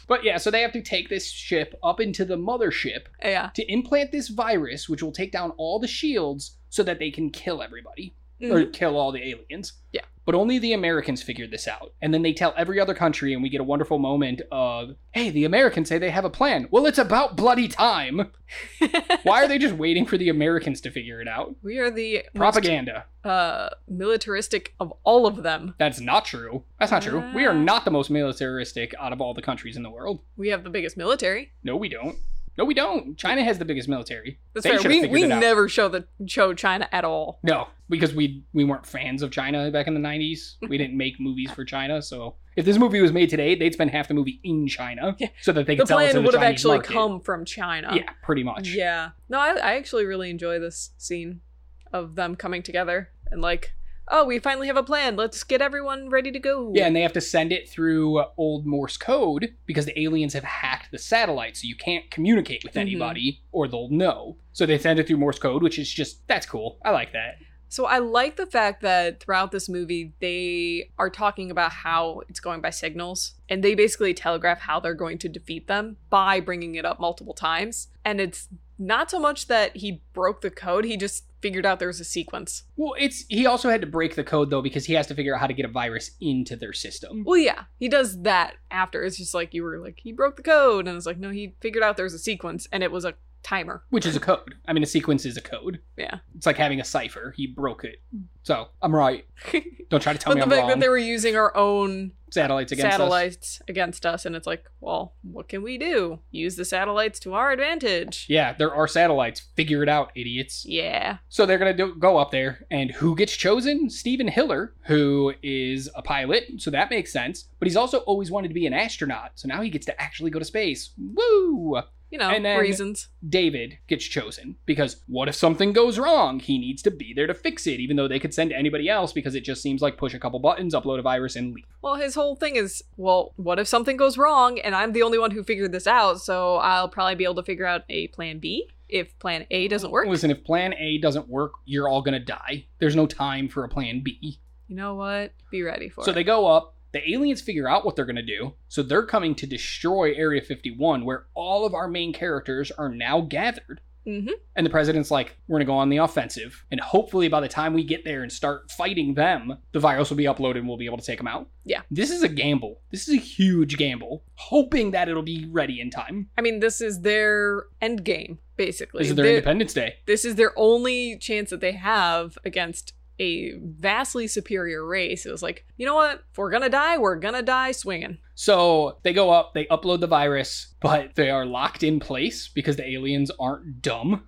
S2: but yeah, so they have to take this ship up into the mothership
S3: Yeah.
S2: to implant this virus, which will take down all the shields so that they can kill everybody or kill all the aliens.
S3: Mm-hmm. Yeah.
S2: But only the Americans figured this out. And then they tell every other country, and we get a wonderful moment of, hey, the Americans say they have a plan. Well, it's about bloody time. Why are they just waiting for the Americans to figure it out?
S3: *laughs* we are the
S2: Propaganda.
S3: most, uh, militaristic of all of them.
S2: That's not true. That's not true. We are
S3: Uh.
S2: not the most militaristic out of all the countries in the world.
S3: We have the biggest military.
S2: No, we don't. No, we don't. China has the biggest military.
S3: That's
S2: They
S3: fair.
S2: should've
S3: We,
S2: figured
S3: we
S2: it out.
S3: never show the show China at all.
S2: No, because we we weren't fans of China back in the '90s.
S3: *laughs*
S2: We didn't make movies for China, so if this movie was made today, they'd spend half the movie in China
S3: Yeah.
S2: so that they
S3: The
S2: could sell it to
S3: plan
S2: the
S3: would have
S2: Chinese
S3: actually
S2: market.
S3: come from China.
S2: Yeah, pretty much.
S3: Yeah. No, I, I actually really enjoy this scene of them coming together and like, oh, we finally have a plan. Let's get everyone ready to go.
S2: Yeah, and they have to send it through uh, old Morse code because the aliens have hacked the satellite, so you can't communicate with
S3: Mhm.
S2: anybody or they'll know. So they send it through Morse code, which is just that's cool. I like that.
S3: So I like the fact that throughout this movie they are talking about how it's going by signals and they basically telegraph how they're going to defeat them by bringing it up multiple times and it's not so much that he broke the code he just figured out there was a sequence.
S2: Well, it's he also had to break the code though because he has to figure out how to get a virus into their system.
S3: Well yeah, he does that after it's just like you were like he broke the code and it's like no he figured out there was a sequence and it was a timer. *laughs*
S2: Which is a code. I mean, a sequence is a code.
S3: Yeah.
S2: It's like having a cipher. He broke it. So I'm right. Don't try to tell me
S3: but the
S2: I'm
S3: fact
S2: wrong.
S3: that they were using our own
S2: Satellites against us.
S3: satellites against us and it's like, well, what can we do? Use the satellites to our advantage.
S2: Yeah, there are satellites. Figure it out, idiots.
S3: Yeah.
S2: So they're gonna do, go up there, and who gets chosen? Stephen Hiller, who is a pilot, so that makes sense. But he's also always wanted to be an astronaut, so now he gets to actually go to space. Woo!
S3: You know,
S2: And then-
S3: reasons.
S2: David gets chosen because what if something goes wrong? He needs to be there to fix it, even though they could send anybody else because it just seems like push a couple buttons, upload a virus, and leave.
S3: Well, his whole thing is, well, what if something goes wrong and I'm the only one who figured this out, so I'll probably be able to figure out a plan B if plan A doesn't work.
S2: Listen, if plan A doesn't work, you're all gonna die. There's no time for a plan B.
S3: You know what? Be ready for
S2: So
S3: it.
S2: they go up. The aliens figure out what they're going to do. So they're coming to destroy Area 51, where all of our main characters are now gathered.
S3: Mhm.
S2: And the president's like, we're going to go on the offensive. And hopefully, by the time we get there and start fighting them, the virus will be uploaded and we'll be able to take them out.
S3: Yeah.
S2: This is a gamble. This is a huge gamble, hoping that it'll be ready in time.
S3: I mean, this is their end game, basically.
S2: This is their
S3: They're-
S2: Independence Day.
S3: this is their only chance that they have against a vastly superior race. It was like, you know what? If we're gonna die, we're gonna die swinging.
S2: So they go up, they upload the virus, but they are locked in place because the aliens aren't dumb.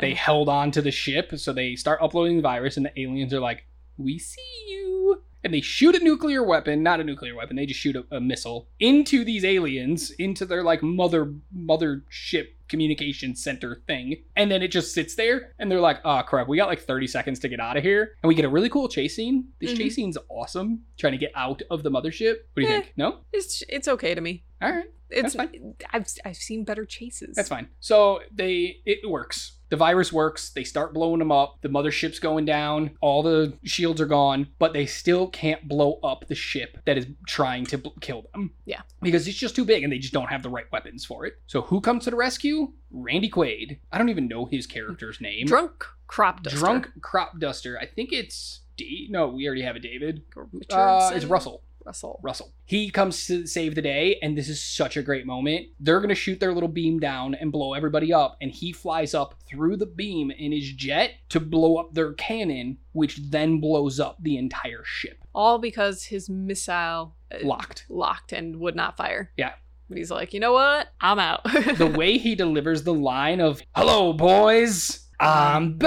S2: they held on to the ship, so they start uploading the virus, and the aliens are like, "We see you." and they shoot a nuclear weapon, not a nuclear weapon, they just shoot a, a missile into these aliens, into their like mother mothership communication center thing. And then it just sits there and they're like, oh crap, we got like 30 seconds to get out of here. And we get a really cool chase scene. This
S3: Mhm.
S2: chase scene's awesome. Trying to get out of the mothership. What do you
S3: Eh.
S2: think? No?
S3: *laughs* It's it's okay to me.
S2: All right.
S3: It's
S2: That's
S3: I've I've seen better chases.
S2: That's fine. So they it works. The virus works. They start blowing them up. The mothership's going down. All the shields are gone, but they still can't blow up the ship that is trying to bl- kill them.
S3: Yeah.
S2: Because it's just too big and they just don't have the right weapons for it. So who comes to the rescue? Randy Quaid. I don't even know his character's name.
S3: Drunk crop duster.
S2: Drunk crop duster. I think it's D. No, we already have a David. Uh,
S3: Richardson?
S2: it's Russell.
S3: Russell.
S2: Russell. He comes to save the day, and this is such a great moment. They're going to shoot their little beam down and blow everybody up, and he flies up through the beam in his jet to blow up their cannon, which then blows up the entire ship.
S3: All because his missile uh,
S2: Locked.
S3: locked and would not fire.
S2: Yeah.
S3: But he's like, you know what? I'm out. *laughs*
S2: The way he delivers the line of, Hello, boys, I'm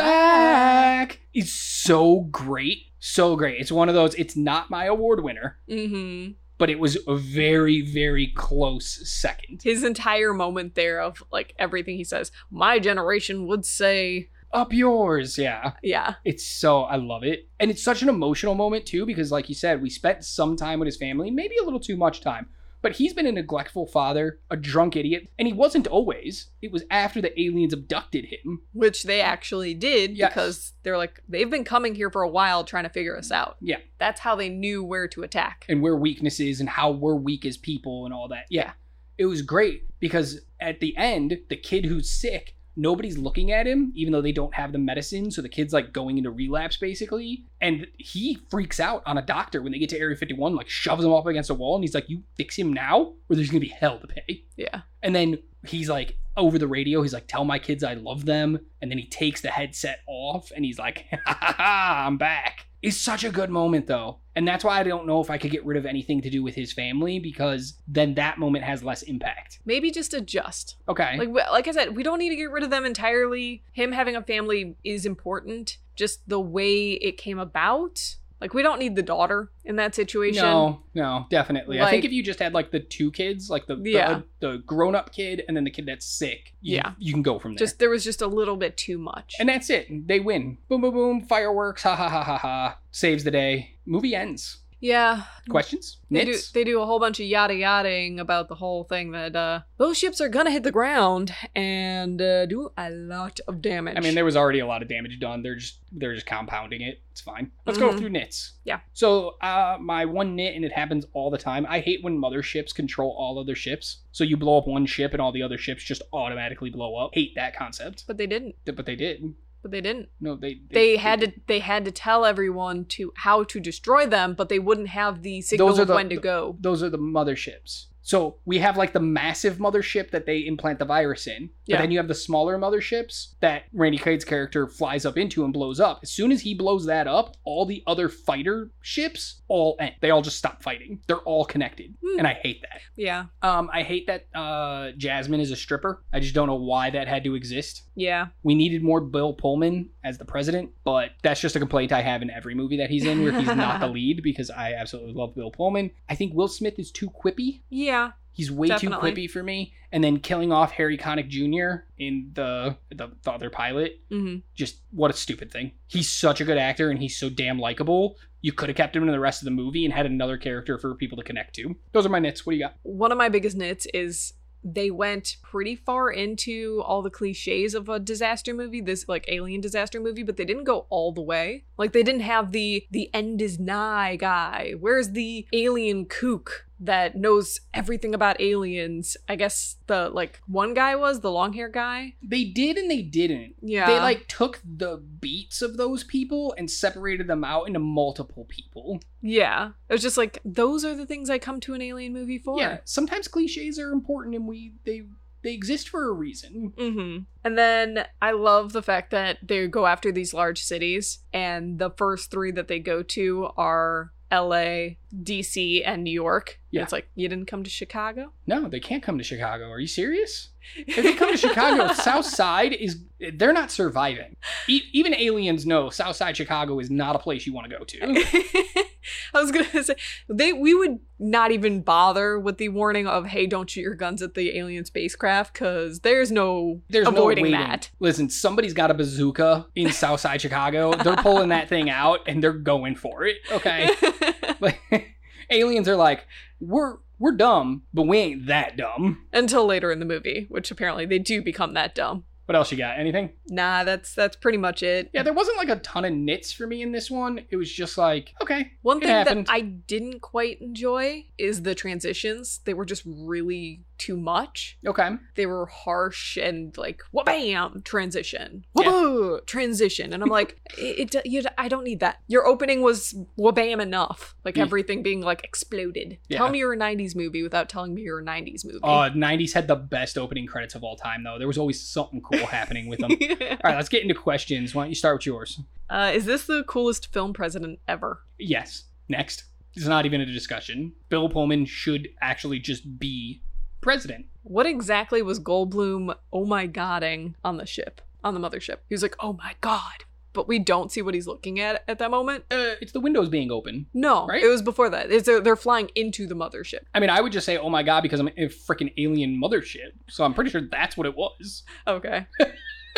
S2: back, is so great. So great. It's one of those, it's not my award winner,
S3: mm-hmm.
S2: but it was a very, very close second.
S3: His entire moment there of like everything he says, my generation would say,
S2: Up yours, yeah.
S3: yeah,
S2: It's so I love it. And it's such an emotional moment too because like you said, we spent some time with his family, maybe a little too much time. But he's been a neglectful father, a drunk idiot, and he wasn't always. It was after the aliens abducted him.
S3: which they actually did
S2: Yes.
S3: because they're like, they've been coming here for a while trying to figure us out.
S2: Yeah.
S3: That's how they knew where to attack.
S2: and where weakness is and how we're weak as people and all that. Yeah. It was great because at the end, the kid who's sick, nobody's looking at him, even though they don't have the medicine. So the kid's like going into relapse basically. And he freaks out on a doctor when they get to Area 51, like shoves him up against a wall. And he's like, You fix him now, or there's going to be hell to pay.
S3: Yeah.
S2: And then he's like over the radio, he's like, Tell my kids I love them. And then he takes the headset off and he's like, *laughs* Ha ha ha, I'm back. It's such a good moment though. And that's why I don't know if I could get rid of anything to do with his family because then that moment has less impact.
S3: Maybe just adjust.
S2: Okay.
S3: Like we- like I said, we don't need to get rid of them entirely. Him having a family is important. Just the way it came about. Like we don't need the daughter in that situation.
S2: no, no, definitely. I think
S3: Like-
S2: if you just had like the two kids, like the the,
S3: Yeah.
S2: the grown-up kid and then the kid that's sick, you,
S3: Yeah.
S2: you can go from there.
S3: Just there was just a little bit too much.
S2: and that's it. They win. Boom, boom, boom. Fireworks. Ha ha ha ha ha. Saves the day. Movie ends.
S3: yeah,
S2: Questions?
S3: they do,
S2: Nits?
S3: they do a whole bunch of yada yadaing about the whole thing that uh, those ships are gonna hit the ground and uh, do a lot of damage.
S2: I mean, there was already a lot of damage done. They're just they're just compounding it. It's fine. Let's go
S3: Mhm.
S2: through nits.
S3: Yeah.
S2: So uh, my one nit, and it happens all the time. I hate when motherships control all other ships. So you blow up one ship, and all the other ships just automatically blow up. Hate that concept.
S3: but they didn't.
S2: Th- But they did.
S3: But they didn't.
S2: No, they
S3: They had to. They had to tell everyone to how to destroy them, but they wouldn't have the signal
S2: Those are
S3: of
S2: the-
S3: when to go.
S2: Those are the motherships. So we have like the massive mothership that they implant the virus in, but
S3: Yeah.
S2: then you have the smaller motherships that Randy Quaid's character flies up into and blows up. As soon as he blows that up, all the other fighter ships all end. They all just stop fighting. They're all connected,
S3: Hmm.
S2: and I hate that.
S3: Yeah.
S2: Um, I hate that uh, Jasmine is a stripper. I just don't know why that had to exist.
S3: Yeah.
S2: We needed more Bill Pullman as the president, but that's just a complaint I have in every movie that he's in where he's not the lead because I absolutely love Bill Pullman. I think Will Smith is too quippy.
S3: Yeah.
S2: He's way
S3: Definitely.
S2: too quippy for me. And then killing off Harry Connick Jr. in the, the the other pilot,
S3: hmm
S2: just what a stupid thing. He's such a good actor and he's so damn likable. You could have kept him in the rest of the movie and had another character for people to connect to. Those are my nits. What do you got?
S3: One of my biggest nits is they went pretty far into all the cliches of a disaster movie, this like alien disaster movie, but they didn't go all the way. Like they didn't have the the end is nigh guy. Where's the alien kook that knows everything about aliens? I guess the like one guy was the long hair guy.
S2: They did and they didn't.
S3: Yeah.
S2: They like took the beats of those people and separated them out into multiple people.
S3: Yeah. It was just like those are the things I come to an alien movie for.
S2: Yeah, sometimes cliches are important and we they they exist for a reason.
S3: Mm-hmm. And then I love the fact that they go after these large cities, and the first three that they go to are L.A., DC and New York.
S2: Yeah.
S3: It's like you didn't come to Chicago.
S2: No, they can't come to Chicago. Are you serious? If they come to
S3: *laughs*
S2: Chicago, South Side is they're not surviving. E- even aliens know South Side Chicago is not a place you want to go to.
S3: I was gonna say they we would not even bother with the warning of hey, don't shoot your guns at the alien spacecraft because there's no
S2: There's
S3: avoiding
S2: no waiting.
S3: that.
S2: Listen, somebody's got a bazooka in South Side Chicago. They're pulling that thing out and they're going for it. *laughs* Okay.
S3: *laughs*
S2: Like aliens are like, we're we're dumb, but we ain't that dumb.
S3: Until later in the movie, which apparently they do become that dumb.
S2: What else you got? Anything?
S3: Nah, that's that's pretty much it.
S2: Yeah, there wasn't like a ton of nits for me in this one. It was just like, okay,
S3: One
S2: It
S3: thing
S2: happened.
S3: that I didn't quite enjoy is the transitions. They were just really too much.
S2: okay.
S3: They were harsh and like wha-bam transition,
S2: Yeah.
S3: wha transition, and I'm like, *laughs* it, it you, I don't need that. Your opening was wha-bam enough, like
S2: Yeah.
S3: everything being like exploded.
S2: Yeah.
S3: Tell me you're a '90s movie without telling me you're a '90s movie.
S2: Uh, 90s had the best opening credits of all time, though. There was always something cool happening with *laughs*
S3: *laughs*
S2: them. All right, let's get into questions. Why don't you start with yours?
S3: uh, is this the coolest film president ever?
S2: Yes. Next. It's not even a discussion. Bill Pullman should actually just be president.
S3: What exactly was Goldblum oh my godding on the ship, on the mothership? He was like, oh my god. But we don't see what he's looking at at that moment.
S2: Uh, it's the windows being open.
S3: No,
S2: Right?
S3: it was before that. It's they're, they're flying into the mothership.
S2: I mean, I would just say, oh my God, because I'm a freaking alien mothership. So I'm pretty sure that's what it was.
S3: Okay. *laughs*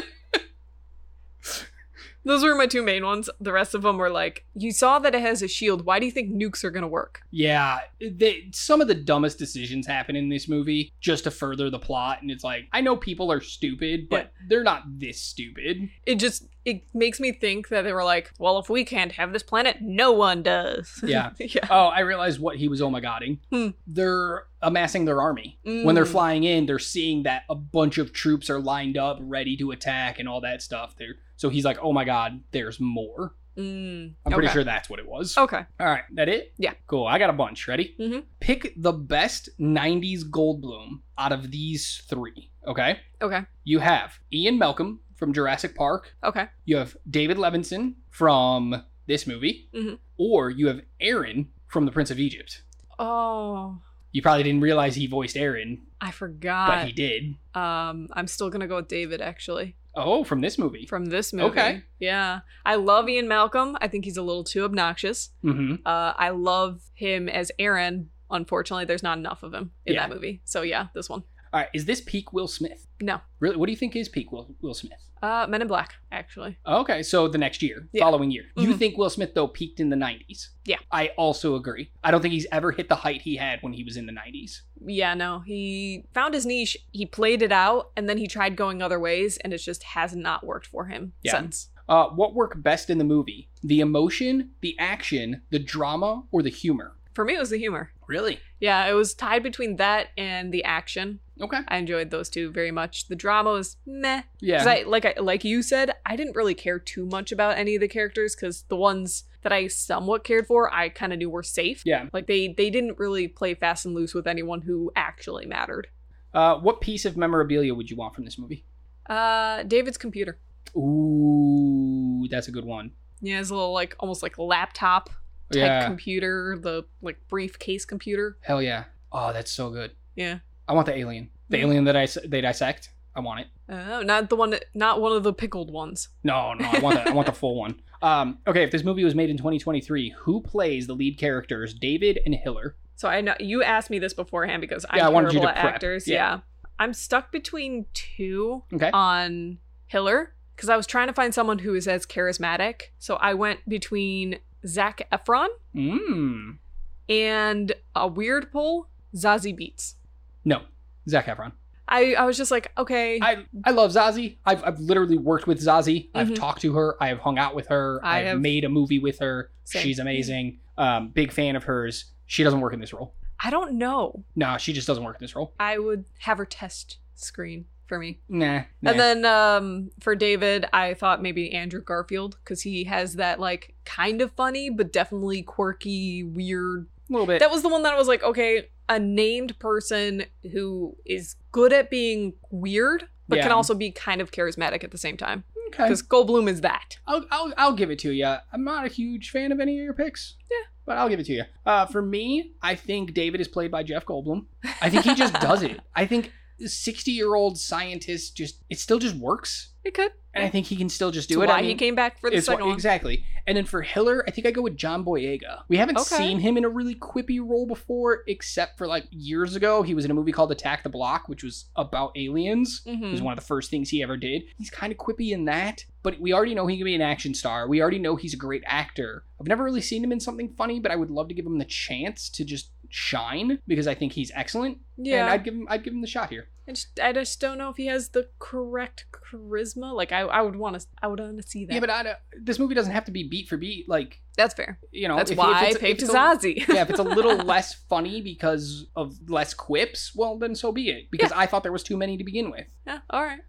S3: Those were my two main ones. The rest of them were like, you saw that it has a shield. Why do you think nukes are going to work?
S2: Yeah, they, some of the dumbest decisions happen in this movie just to further the plot. And it's like, I know people are stupid, but they're not this stupid.
S3: It just it makes me think that they were like, well, if we can't have this planet, no one does.
S2: Yeah.
S3: *laughs* yeah.
S2: Oh, I realized what he was oh my godding.
S3: Hmm.
S2: They're amassing their army. When they're
S3: Mm.
S2: flying in, they're seeing that a bunch of troops are lined up, ready to attack and all that stuff. There, so he's like, "Oh my god, there's more."
S3: Mm.
S2: I'm
S3: Okay.
S2: pretty sure that's what it was.
S3: Okay.
S2: All right, that it?
S3: Yeah.
S2: Cool. I got a bunch. Ready?
S3: Mhm.
S2: Pick the best '90s Goldblum out of these three. Okay.
S3: Okay.
S2: You have Ian Malcolm from Jurassic Park.
S3: Okay.
S2: You have David Levinson from this movie,
S3: Mhm.
S2: or you have Aaron from The Prince of Egypt.
S3: Oh.
S2: You probably didn't realize he voiced Aaron,
S3: I
S2: but
S3: forgot.
S2: he did.
S3: Um, I'm still gonna go with David actually
S2: Oh, from this movie.
S3: from this movie.
S2: Okay.
S3: Yeah, I love Ian Malcolm. I think he's a little too obnoxious.
S2: hmm
S3: Uh, I love him as Aaron. Unfortunately, there's not enough of him in
S2: Yeah.
S3: that movie. So yeah, this one.
S2: All right, is this peak Will Smith?
S3: No.
S2: Really, what do you think is peak Will, Will Smith?
S3: Uh, Men in Black actually.
S2: Okay, so the next year,
S3: Yeah.
S2: following year. You
S3: Mhm.
S2: think Will Smith, though, peaked in the 90s?
S3: Yeah.
S2: I also agree. I don't think he's ever hit the height he had when he was in the 90s.
S3: Yeah, no, he found his niche. He played it out, and then he tried going other ways, and it just has not worked for him
S2: Yeah.
S3: since.
S2: Uh, what worked best in the movie? The emotion, the action, the drama, or the humor?
S3: For me, it was the humor.
S2: Really?
S3: Yeah, it was tied between that and the action.
S2: Okay.
S3: I enjoyed those two very much. The drama was meh.
S2: Yeah.
S3: 'Cause I, like I, like you said, I didn't really care too much about any of the characters because the ones that I somewhat cared for, I kind of knew were safe.
S2: yeah.
S3: Like they they didn't really play fast and loose with anyone who actually mattered.
S2: Uh, what piece of memorabilia would you want from this movie?
S3: Uh, David's computer.
S2: Ooh, that's a good one.
S3: Yeah, his little like almost like laptop type computer, the like briefcase computer.
S2: Hell yeah. Oh, that's so good.
S3: Yeah.
S2: I want the alien. The
S3: Mhm.
S2: alien that I s- they dissect. I want it.
S3: Uh, not the one that, not one of the pickled ones.
S2: No, no, I want that. I want the full one. Um, okay, if this movie was made in 2023, who plays the lead characters, David and Hiller?
S3: So I know you asked me this beforehand because I'm
S2: Yeah, I wanted you
S3: terrible
S2: to
S3: at
S2: prep.
S3: actors.
S2: Yeah.
S3: yeah. I'm stuck between two.
S2: Okay.
S3: on Hiller because I was trying to find someone who is as charismatic. So I went between Zach Efron
S2: Mm.
S3: and a weird pull, Zazie Beats.
S2: No, Zach Efron.
S3: I, I was just like, okay, I,
S2: I I love Zazie. I've I've literally worked with Zazie. I've
S3: Mhm.
S2: talked to her. I have hung out with her.
S3: I
S2: I've
S3: have-
S2: made a movie with her.
S3: Same.
S2: She's amazing. Um, big fan of hers. She doesn't work in this role.
S3: don't know.
S2: No, she just doesn't work in this role.
S3: I would have her test screen for me.
S2: Nah. nah.
S3: And then um, for David, I thought maybe Andrew Garfield because he has that like kind of funny but definitely quirky, weird
S2: a little bit.
S3: that was the one that I was like, okay, a named person who is good at being weird, but
S2: Yeah.
S3: can also be kind of charismatic at the same time.
S2: okay.
S3: Because Goldblum is that.
S2: I'll, I'll I'll give it to you. I'm not a huge fan of any of your picks.
S3: Yeah.
S2: but I'll give it to you. Uh, for me, I think David is played by Jeff Goldblum. I think he
S3: *laughs*
S2: just does it. I think sixty-year-old scientist just it still just works,
S3: It could.
S2: and I think he can still just
S3: It's
S2: do it.
S3: why
S2: I
S3: he
S2: mean,
S3: came back for the
S2: it's why-
S3: second one.
S2: Exactly. And then for Hiller, I think I go with John Boyega. We haven't
S3: Okay.
S2: seen him in a really quippy role before, except for like years ago. He was in a movie called Attack the Block, which was about aliens. It was
S3: Mhm.
S2: one of the first things he ever did. He's kind of quippy in that, but we already know he can be an action star. We already know he's a great actor. I've never really seen him in something funny, but I would love to give him the chance to just shine because I think he's excellent.
S3: Yeah.
S2: And I'd give him I'd give him the shot here.
S3: I just, I just don't know if he has the correct charisma. Like I, I would want to, I would want to see that.
S2: Yeah, but I don't, this movie doesn't have to be beat for beat like
S3: that's fair.
S2: you know,
S3: that's
S2: if- if
S3: why
S2: it's-
S3: I
S2: if
S3: picked
S2: it's a-
S3: Zazie.
S2: yeah, if it's a little less funny because of less quips, well, then so be it. Because I thought there was too many to begin with.
S3: *laughs* yeah, all right.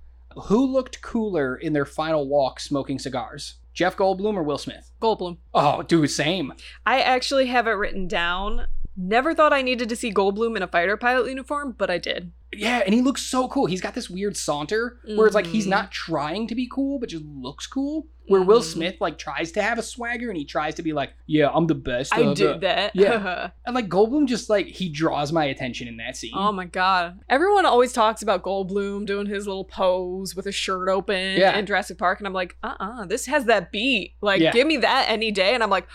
S2: Who looked cooler in their final walk smoking cigars? Jeff Goldblum or Will Smith?
S3: Goldblum.
S2: Oh, dude, same.
S3: I actually have it written down. Never thought I needed to see Goldblum in a fighter pilot uniform, but I did.
S2: Yeah, and he looks so cool. He's got this weird saunter where it's like he's
S3: Mhm.
S2: not trying to be cool, but just looks cool. Where Will
S3: Mhm.
S2: Smith like tries to have a swagger and he tries to be like, "Yeah, I'm the best."
S3: I
S2: of
S3: did
S2: it."
S3: that. *laughs*
S2: yeah. And like Goldblum just like he draws my attention in that scene.
S3: oh my god. Everyone always talks about Goldblum doing his little pose with his shirt open
S2: Yeah.
S3: in Jurassic Park, and I'm like, uh uh this has that beat. Like,
S2: Yeah.
S3: give me that any day. And I'm like,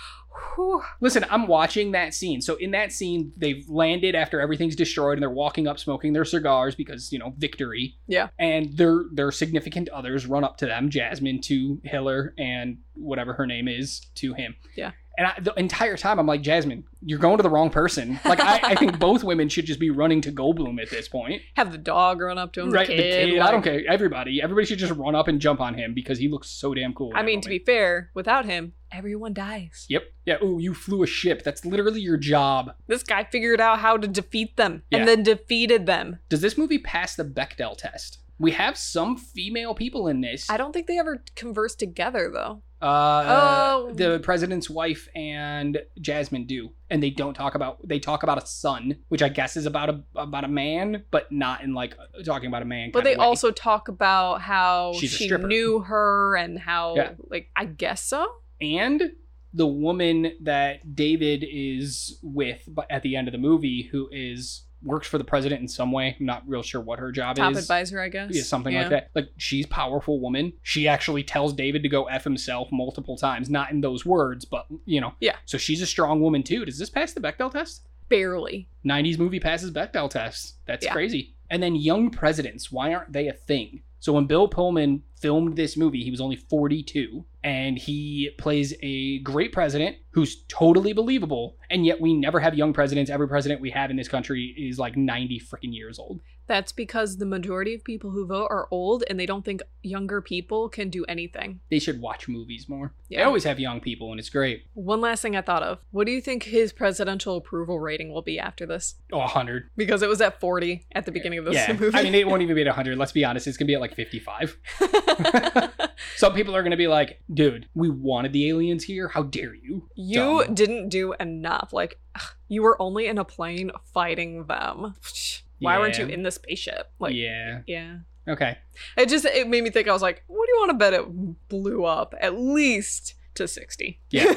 S3: whew.
S2: Listen, I'm watching that scene. So in that scene, they've landed after everything's destroyed and they're walking up smoking their cigars because, you know, victory.
S3: Yeah.
S2: And their their significant others run up to them, Jasmine to Hiller and whatever her name is to him.
S3: Yeah.
S2: And I, the entire time I'm like, Jasmine, you're going to the wrong person. Like I, I think both women should just be running to Goldblum at this point.
S3: Have the dog run up to him.
S2: right.
S3: The
S2: The
S3: kid,
S2: kid. I
S3: like-
S2: don't care. Everybody. Everybody should just run up and jump on him because he looks so damn cool. in
S3: I
S2: that
S3: mean, to
S2: moment.
S3: be fair, without him, everyone dies.
S2: Yep. Yeah. Ooh, you flew a ship. That's literally your job.
S3: This guy figured out how to defeat them
S2: Yeah.
S3: and then defeated them.
S2: Does this movie pass the Bechdel test? We have some female people in this.
S3: I don't think they ever conversed together though.
S2: Uh,
S3: Oh.
S2: the president's wife and Jasmine do, and they don't talk about. They talk about a son, which I guess is about a about a man, but not in like talking about a man.
S3: But
S2: kinda
S3: they
S2: way.
S3: also talk about how
S2: She's a
S3: she
S2: stripper.
S3: knew her and how
S2: Yeah.
S3: like I guess so.
S2: and the woman that David is with bu- at the end of the movie, who is works for the president in some way. I'm not real sure what her job
S3: Top
S2: is.
S3: advisor, I guess.
S2: Yeah, something like that. Like she's a powerful woman. She actually tells David to go f himself multiple times, not in those words, but you know.
S3: Yeah.
S2: So she's a strong woman too. Does this pass the Bechdel test?
S3: Barely.
S2: 90s movie passes Bechdel test. That's
S3: Yeah.
S2: crazy. And then young presidents, why aren't they a thing? So when Bill Pullman filmed this movie, he was only 42 and he plays a great president who's totally believable and yet we never have young presidents. Every president we have in this country is like 90 freaking years old.
S3: That's because the majority of people who vote are old and they don't think younger people can do anything.
S2: They should watch movies more. They
S3: Yeah.
S2: always have young people and it's great.
S3: One last thing I thought of. What do you think his presidential approval rating will be after this?
S2: Oh, 100.
S3: Because it was at 40 at the beginning of this *laughs*
S2: yeah.
S3: movie.
S2: I mean, it *laughs* won't even be at 100. Let's be honest. It's going to be at like 55. Some people are going to be like, dude, we wanted the aliens here. How dare you?
S3: You
S2: Dumb.
S3: didn't do enough. Like, ugh, you were only in a plane fighting them. Why weren't you
S2: Yeah.
S3: in the spaceship? Like, yeah.
S2: yeah. Okay.
S3: It just it made me think. I was like, what do you want to bet it blew up at least to sixty?
S2: Yeah.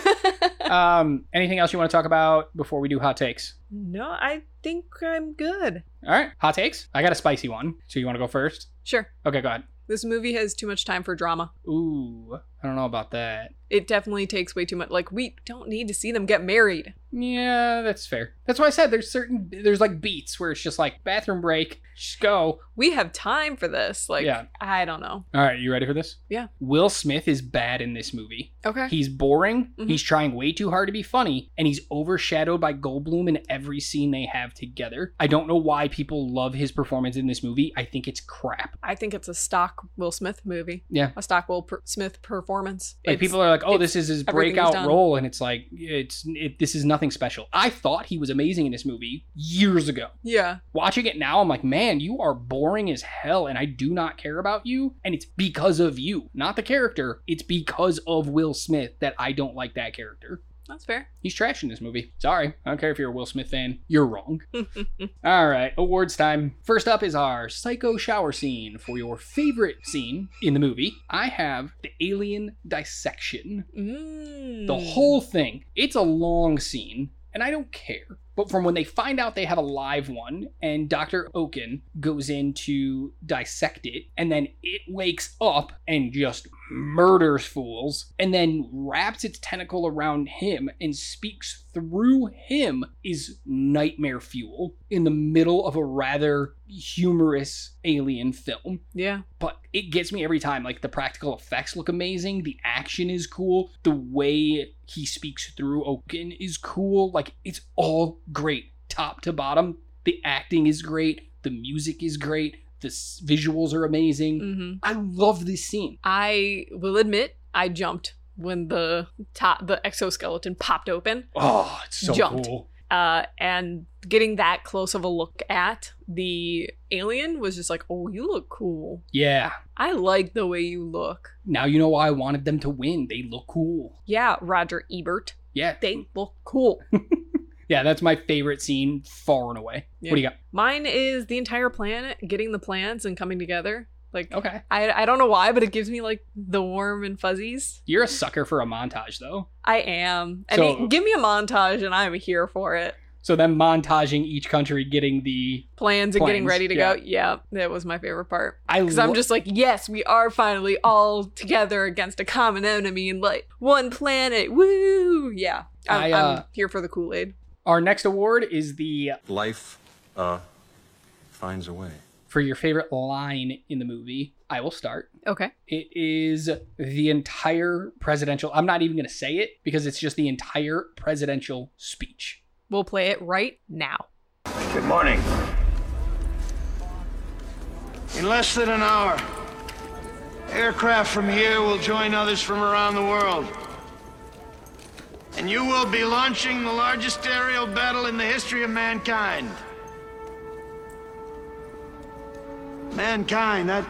S2: Um, anything else you want to talk about before we do hot takes?
S3: *laughs* no, I think I'm good.
S2: All right. Hot takes? I got a spicy one. So you want to go first?
S3: Sure.
S2: Okay, go ahead.
S3: This movie has too much time for drama.
S2: Ooh, I don't know about that.
S3: It definitely takes way too much. Like, we don't need to see them get married.
S2: Yeah, that's fair. That's why I said there's certain, there's like beats where it's just like bathroom break, just go.
S3: We have time for this. Like,
S2: Yeah.
S3: I don't know.
S2: All right, you ready for this?
S3: Yeah.
S2: Will Smith is bad in this movie.
S3: Okay.
S2: He's boring.
S3: Mhm.
S2: He's trying way too hard to be funny, and he's overshadowed by Goldblum in every scene they have together. I don't know why people love his performance in this movie. I think it's crap.
S3: I think it's a stock Will Smith movie.
S2: Yeah.
S3: A stock Will per- Smith performance.
S2: Like
S3: It's-
S2: people are like, "Oh,
S3: it's
S2: this is his
S3: everything he's
S2: breakout
S3: done.
S2: role," and it's like, it's it, this is nothing special. I thought he was amazing in this movie years ago.
S3: Yeah.
S2: Watching it now, I'm like, man, you are boring as hell, and I do not care about you. And it's because of you, not the character. It's because of Will Smith that I don't like that character.
S3: That's fair. *laughs*
S2: He's trash in this movie. Sorry. I don't care if you're a Will Smith fan. You're wrong.
S3: Mm.
S2: All right, awards time. First up is our psycho shower scene for your favorite scene in the movie. I have the alien dissection.
S3: Mm.
S2: The whole thing. It's a long scene, and I don't care. But from when they find out they have a live one, and Dr. Oaken goes in to dissect it, and then it wakes up and just murders fools, and then wraps its tentacle around him and speaks through him, is nightmare fuel in the middle of a rather humorous alien film
S3: Yeah.
S2: but it gets me every time. Like the practical effects look amazing, the action is cool, the way he speaks through Oaken is cool. Like it's all great, top to bottom. The acting is great, the music is great, the s- visuals are amazing.
S3: hmm
S2: I love this scene.
S3: I will admit, I jumped when the top, the exoskeleton popped open.
S2: Oh, it's so
S3: Jumped.
S2: cool.
S3: uh, and getting that close of a look at the alien was just like, oh, you look cool.
S2: Yeah.
S3: I like the way you look.
S2: Now you know why I wanted them to win. They look cool.
S3: Yeah, Roger Ebert,
S2: Yeah.
S3: they look cool.
S2: Yeah, that's my favorite scene far and away.
S3: Yeah.
S2: What do you got?
S3: Mine is the entire planet getting the plans and coming together. Like,
S2: Okay.
S3: I, I don't know why, but it gives me like the warm and fuzzies.
S2: You're a sucker for a montage though.
S3: I am. And
S2: So-
S3: it- give me a montage and I'm here for it.
S2: So them montaging each country getting the
S3: Plans and getting
S2: Plans,
S3: ready to
S2: yeah.
S3: go. Yeah, that was my favorite part.
S2: I
S3: Because I'm
S2: lo-
S3: just like, yes, we are finally all together against a common enemy and like one planet. Woo! Yeah. I'm,
S2: I, uh,
S3: I'm here for the Kool Aid.
S2: Our next award is the
S1: Life, uh, finds a way.
S2: for your favorite line in the movie. I will start.
S3: Okay.
S2: It is the entire presidential. I'm not even going to say it because it's just the entire presidential speech.
S3: We'll play it right now.
S4: Good morning. In less than an hour, aircraft from here will join others from around the world. And you will be launching the largest aerial battle in the history of mankind. Mankind, that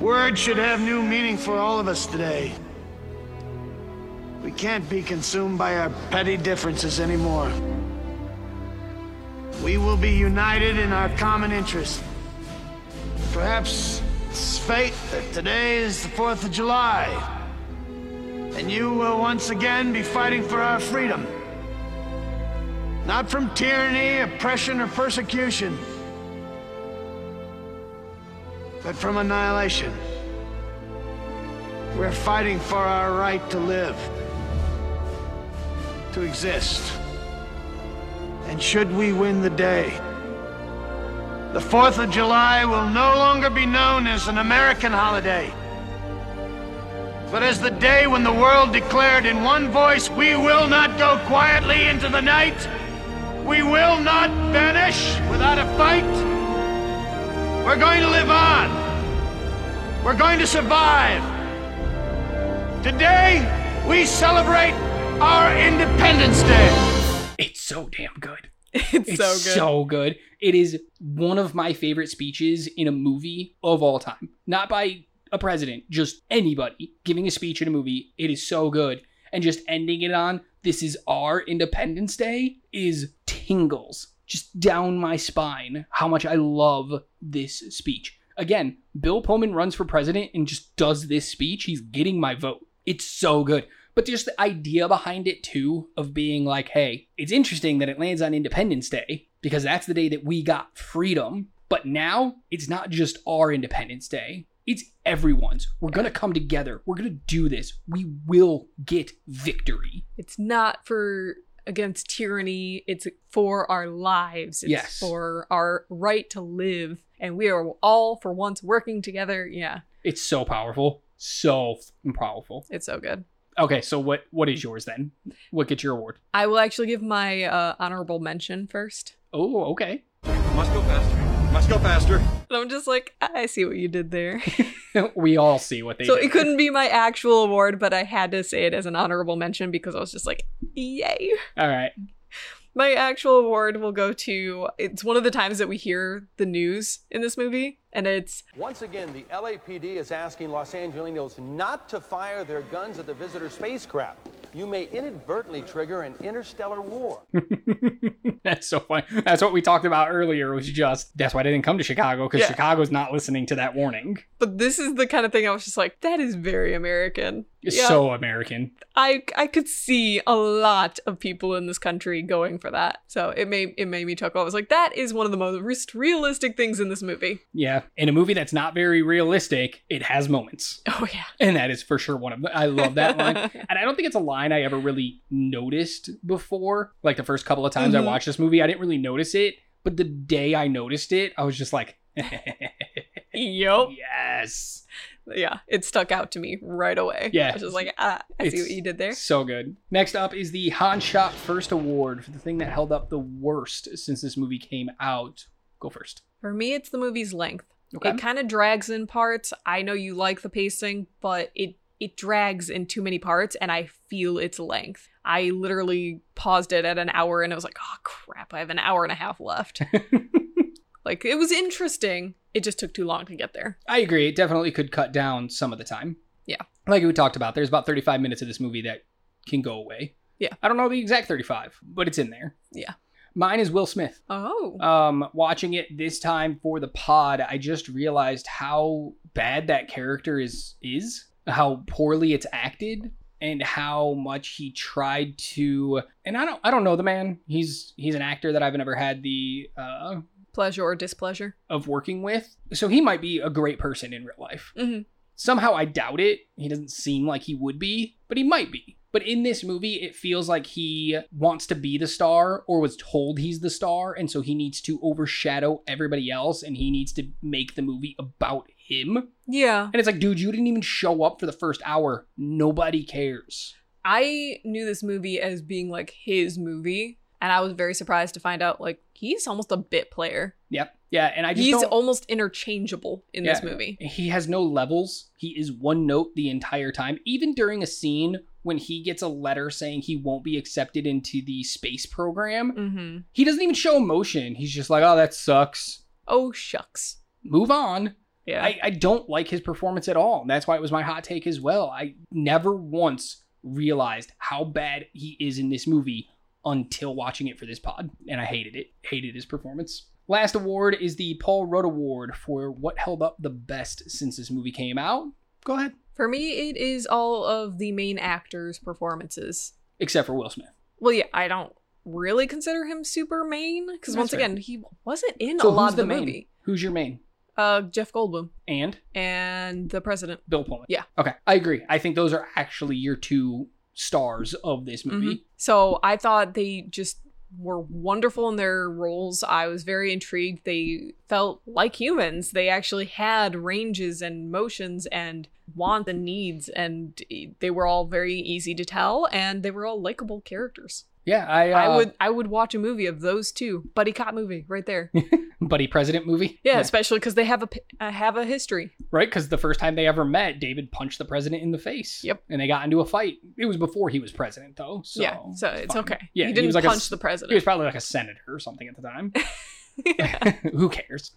S4: word should have new meaning for all of us today. We can't be consumed by our petty differences anymore. We will be united in our common interest. Perhaps it's fate that today is the 4th of July, and you will once again be fighting for our freedom. Not from tyranny, oppression, or persecution, but from annihilation. We're fighting for our right to live, to exist. And should we win the day, the 4th of July will no longer be known as an American holiday, but as the day when the world declared in one voice, we will not go quietly into the night, we will not vanish without a fight. We're going to live on, we're going to survive. Today, we celebrate our Independence Day.
S2: It's so damn good.
S3: *laughs* It's,
S2: It's
S3: so good.
S2: so good. It is one of my favorite speeches in a movie of all time. Not by a president, just anybody giving a speech in a movie. It is so good. And just ending it on this is our Independence Day is tingles just down my spine how much I love this speech. Again, Bill Pullman runs for president and just does this speech. He's getting my vote. It's so good. But just the idea behind it too of being like, hey, it's interesting that it lands on Independence Day because that's the day that we got freedom. But now it's not just our Independence Day. It's everyone's. We're going to come together. We're going to do this. We will get victory.
S3: It's not for against tyranny, it's for our lives. It's
S2: Yes.
S3: for our right to live. And we are all for once working together. Yeah,
S2: It's so powerful. So f***ing powerful.
S3: it's so good.
S2: Okay, so what what is yours then? What gets your award?
S3: I will actually give my uh, honorable mention first.
S2: Oh, okay. *laughs*
S1: Must go faster. Must go faster.
S3: And I'm just like, I see what you
S2: *laughs*
S3: did there. *laughs*
S2: we all see what they
S3: so
S2: did.
S3: it couldn't be my actual award, but I had to say it as an honorable mention because I was just like, yay.
S2: All right.
S3: My actual award will go to it's one of the times that we hear the news in this movie, and it's
S5: Once again, the LAPD is asking Los Angelinos not to fire their guns at the visitor spacecraft. you may inadvertently trigger an interstellar war.
S2: *laughs* That's so funny. That's what we talked about earlier, was just that's why they didn't come to Chicago, because
S3: Yeah.
S2: Chicago's not listening to that warning.
S3: But this is the kind of thing I was just like, that is very American.
S2: It's
S3: Yeah.
S2: so American.
S3: I I could see a lot of people in this country going for that. So it made it made me chuckle. I was like, that is one of the most realistic things in this movie.
S2: Yeah. In a movie that's not very realistic, it has
S3: *laughs*
S2: moments.
S3: Oh yeah.
S2: And that is for sure one of them. I love that
S3: *laughs*
S2: line. And I don't think it's a line I ever really noticed before. Like the first couple of times
S3: Mhm.
S2: I watched this movie, I didn't really notice it. But the day I noticed it, I was just like, *laughs*
S3: yep.
S2: yes.
S3: Yeah. It stuck out to me right away.
S2: Yeah.
S3: I was just like, ah, I see
S2: It's-
S3: what you did there.
S2: So good. Next up is the Han Shot First Award for the thing that held up the worst since this movie came out. Go first.
S3: For me, it's the movie's length.
S2: Okay.
S3: It kind of drags in parts. I know you like the pacing, but it it drags in too many parts and I feel its length. I literally paused it at an hour and I was like, "Oh crap, I have an hour and a half left." *laughs* like it was interesting. It just took too long to get there.
S2: I agree. It definitely could cut down some of the time.
S3: Yeah.
S2: Like we talked about, there's about 35 minutes of this movie that can go away.
S3: Yeah.
S2: I don't know the exact 35, but it's in there.
S3: Yeah.
S2: Mine is Will Smith.
S3: Oh.
S2: Um, watching it this time for the pod, I just realized how bad that character is is, how poorly it's acted, and how much he tried to. And I don't, I don't know the man. He's he's an actor that I've never had the uh,
S3: pleasure or displeasure.
S2: of working with, so he might be a great person in real life.
S3: Mhm.
S2: Somehow I doubt it. He doesn't seem like he would be, but he might be. But in this movie, it feels like he wants to be the star or was told he's the star. And so he needs to overshadow everybody else and he needs to make the movie about him. And
S3: Yeah.
S2: it's like, dude, you didn't even show up for the first hour. Nobody cares.
S3: I knew this movie as being like his movie and I was very surprised to find out like he's almost a bit player.
S2: Yep. Yeah. And I just.
S3: He's
S2: don't-
S3: almost interchangeable in this
S2: Yeah.
S3: movie.
S2: He has no levels. He is one note the entire time. Even during a scene when he gets a letter saying he won't be accepted into the space program,
S3: Mhm.
S2: he doesn't even show emotion. He's just like, oh, that sucks.
S3: Oh shucks.
S2: Move on.
S3: Yeah.
S2: I, I don't like his performance at all. And that's why it was my hot take as well. I never once realized how bad he is in this movie until watching it for this pod. And I hated it. Hated his performance. Last award is the Paul Rudd Award for what held up the best since this movie came out. Go ahead.
S3: For me, it is all of the main actors' performances.
S2: Except for Will Smith.
S3: Well, yeah, I don't really consider him super main because
S2: That's
S3: once
S2: fair.
S3: again, he wasn't in
S2: So
S3: a lot
S2: who's
S3: of the,
S2: main?
S3: movie.
S2: Who's your main?
S3: Uh, Jeff Goldblum
S2: And
S3: and the president.
S2: Bill Pullman.
S3: Yeah.
S2: Okay. I agree. I think those are actually your two stars of this movie.
S3: Mhm. So I thought they just were wonderful in their roles. I was very intrigued. They felt like humans. They actually had ranges and motions and wants and needs, and they were all very easy to tell, and they were all likable characters.
S2: Yeah. I, uh,
S3: I would I would watch a movie of those two buddy cop movie right
S2: *laughs*
S3: there. Yeah,
S2: Buddy President movie.
S3: especially because they have a p- uh, have a history.
S2: Right, because the first time they ever met, David punched the president in the face.
S3: Yep.
S2: And they got into a fight. It was before he was president, though. So
S3: yeah, so it's
S2: fine.
S3: okay.
S2: Yeah,
S3: he didn't
S2: was like a
S3: punch
S2: s-
S3: the
S2: He was
S3: president.
S2: probably like a senator or something at the
S3: *laughs*
S2: time. *laughs* Who cares?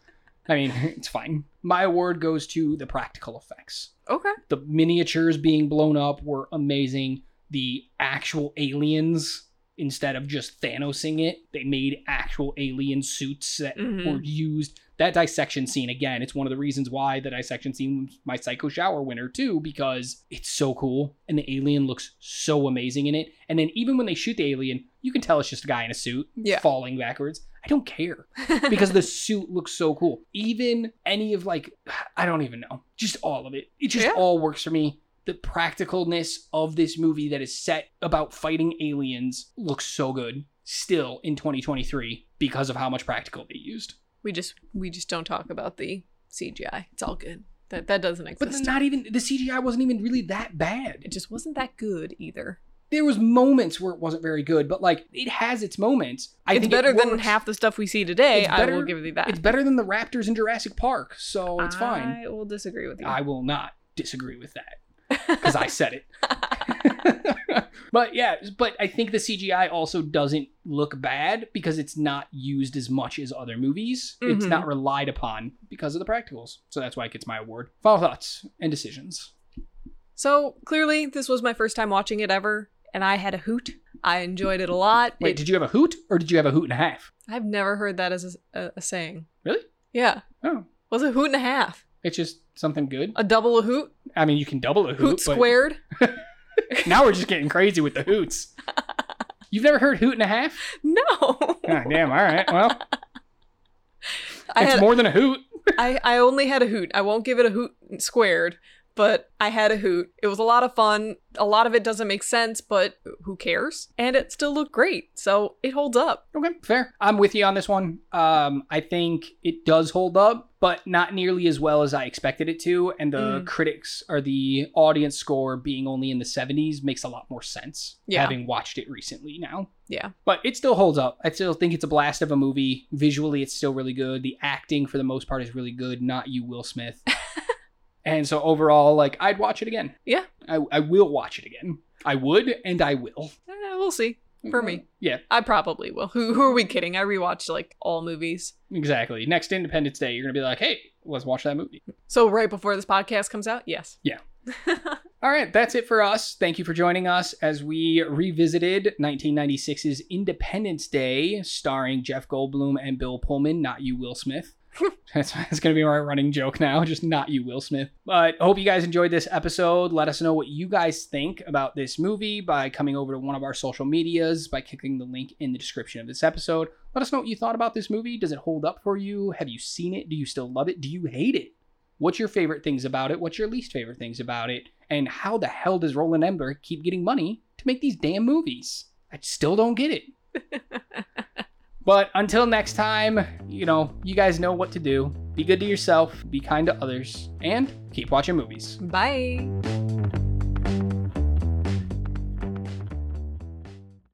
S2: I mean, *laughs* it's fine. My award goes to the practical effects.
S3: okay,
S2: The miniatures being blown up were amazing. The actual aliens, instead of just Thanosing it, they made actual alien suits that
S3: Mhm.
S2: were used. That dissection scene, again, it's one of the reasons why the dissection scene was my Psycho Shower winner, too, because it's so cool and the alien looks so amazing in it. And then even when they shoot the alien, you can tell it's just a guy in a suit
S3: Yeah.
S2: falling backwards. I don't care because the suit looks so cool. Even any of like, I don't even know, just all of it. It just
S3: Yeah.
S2: all works for me. The practicalness of this movie that is set about fighting aliens looks so good still in 2023 because of how much practical they used.
S3: we just we just don't talk about the CGI. It's all good. That that doesn't
S2: But then
S3: exist.
S2: not even the CGI wasn't even really that bad.
S3: it just wasn't that good either.
S2: There was moments where it wasn't very good, but like it has its moments. I
S3: it's
S2: think it
S3: better than
S2: works.
S3: half the stuff we see today.
S2: It's
S3: I will
S2: better-
S3: give you that.
S2: It's better than the Raptors in Jurassic Park, so it's fine.
S3: I will disagree with you.
S2: I will not disagree with
S3: *laughs*
S2: that because I said it. but yeah, but I think the CGI also doesn't look bad because it's not used as much as other movies. It's
S3: Mhm.
S2: not relied upon because of the practicals. So that's why it gets my award. Final thoughts and decisions.
S3: So clearly, this was my first time watching it ever, and I had a hoot. I enjoyed it a lot.
S2: Wait,
S3: It-
S2: did you have a hoot or did you have a hoot and a half?
S3: I've never heard that as a, a, a saying.
S2: Really?
S3: Yeah.
S2: Oh,
S3: Was a hoot and a half?
S2: it's just something good.
S3: A double a hoot?
S2: I mean, you can double a hoot.
S3: Uh, Hoot
S2: but
S3: squared?
S2: *laughs*
S3: *laughs*
S2: Now we're just getting crazy with the hoots. You've never heard hoot and a half?
S3: No.
S2: Ah, damn. All right. Well,
S3: I
S2: it's
S3: had
S2: more than a hoot.
S3: I, I only had a hoot. I won't give it a hoot squared, but I had a hoot. It was a lot of fun. A lot of it doesn't make sense, but who cares? And it still looked great. So it holds up.
S2: Okay, fair. I'm with you on this one. Um, I think it does hold up, but not nearly as well as I expected it to. And the
S3: Mm.
S2: critics or the audience score being only in the 70s makes a lot more sense.
S3: Yeah.
S2: Having watched it recently now.
S3: Yeah.
S2: But it still holds up. I still think it's a blast of a movie. Visually, it's still really good. The acting, for the most part, is really good. Not you, Will
S3: *laughs*
S2: Smith. and so overall, like, I'd watch it again.
S3: Yeah.
S2: I, I will watch it again. I would, and I will.
S3: Eh, we'll see. For me.
S2: Yeah.
S3: I probably will. *laughs* Who, who are we kidding? I rewatched like all movies.
S2: Exactly. Next Independence Day, you're gonna be like, "Hey, let's watch that movie."
S3: So right before this podcast comes out? Yes.
S2: Yeah. All right, that's it for us. Thank you for joining us as we revisited 1996's Independence Day, starring Jeff Goldblum and Bill Pullman. Not you, Will Smith. that's, that's gonna be my running joke now. Just not you, Will Smith. But hope you guys enjoyed this episode. Let us know what you guys think about this movie by coming over to one of our social medias by clicking the link in the description of this episode. Let us know what you thought about this movie. Does it hold up for you? Have you seen it? Do you still love it? Do you hate it? What's your favorite things about it? What's your least favorite things about it? And how the hell does Roland Ember keep getting money to make these damn movies? I still don't get it. but until next time, you know, you guys know what to do. Be good to yourself, be kind to others, and keep watching movies.
S3: Bye.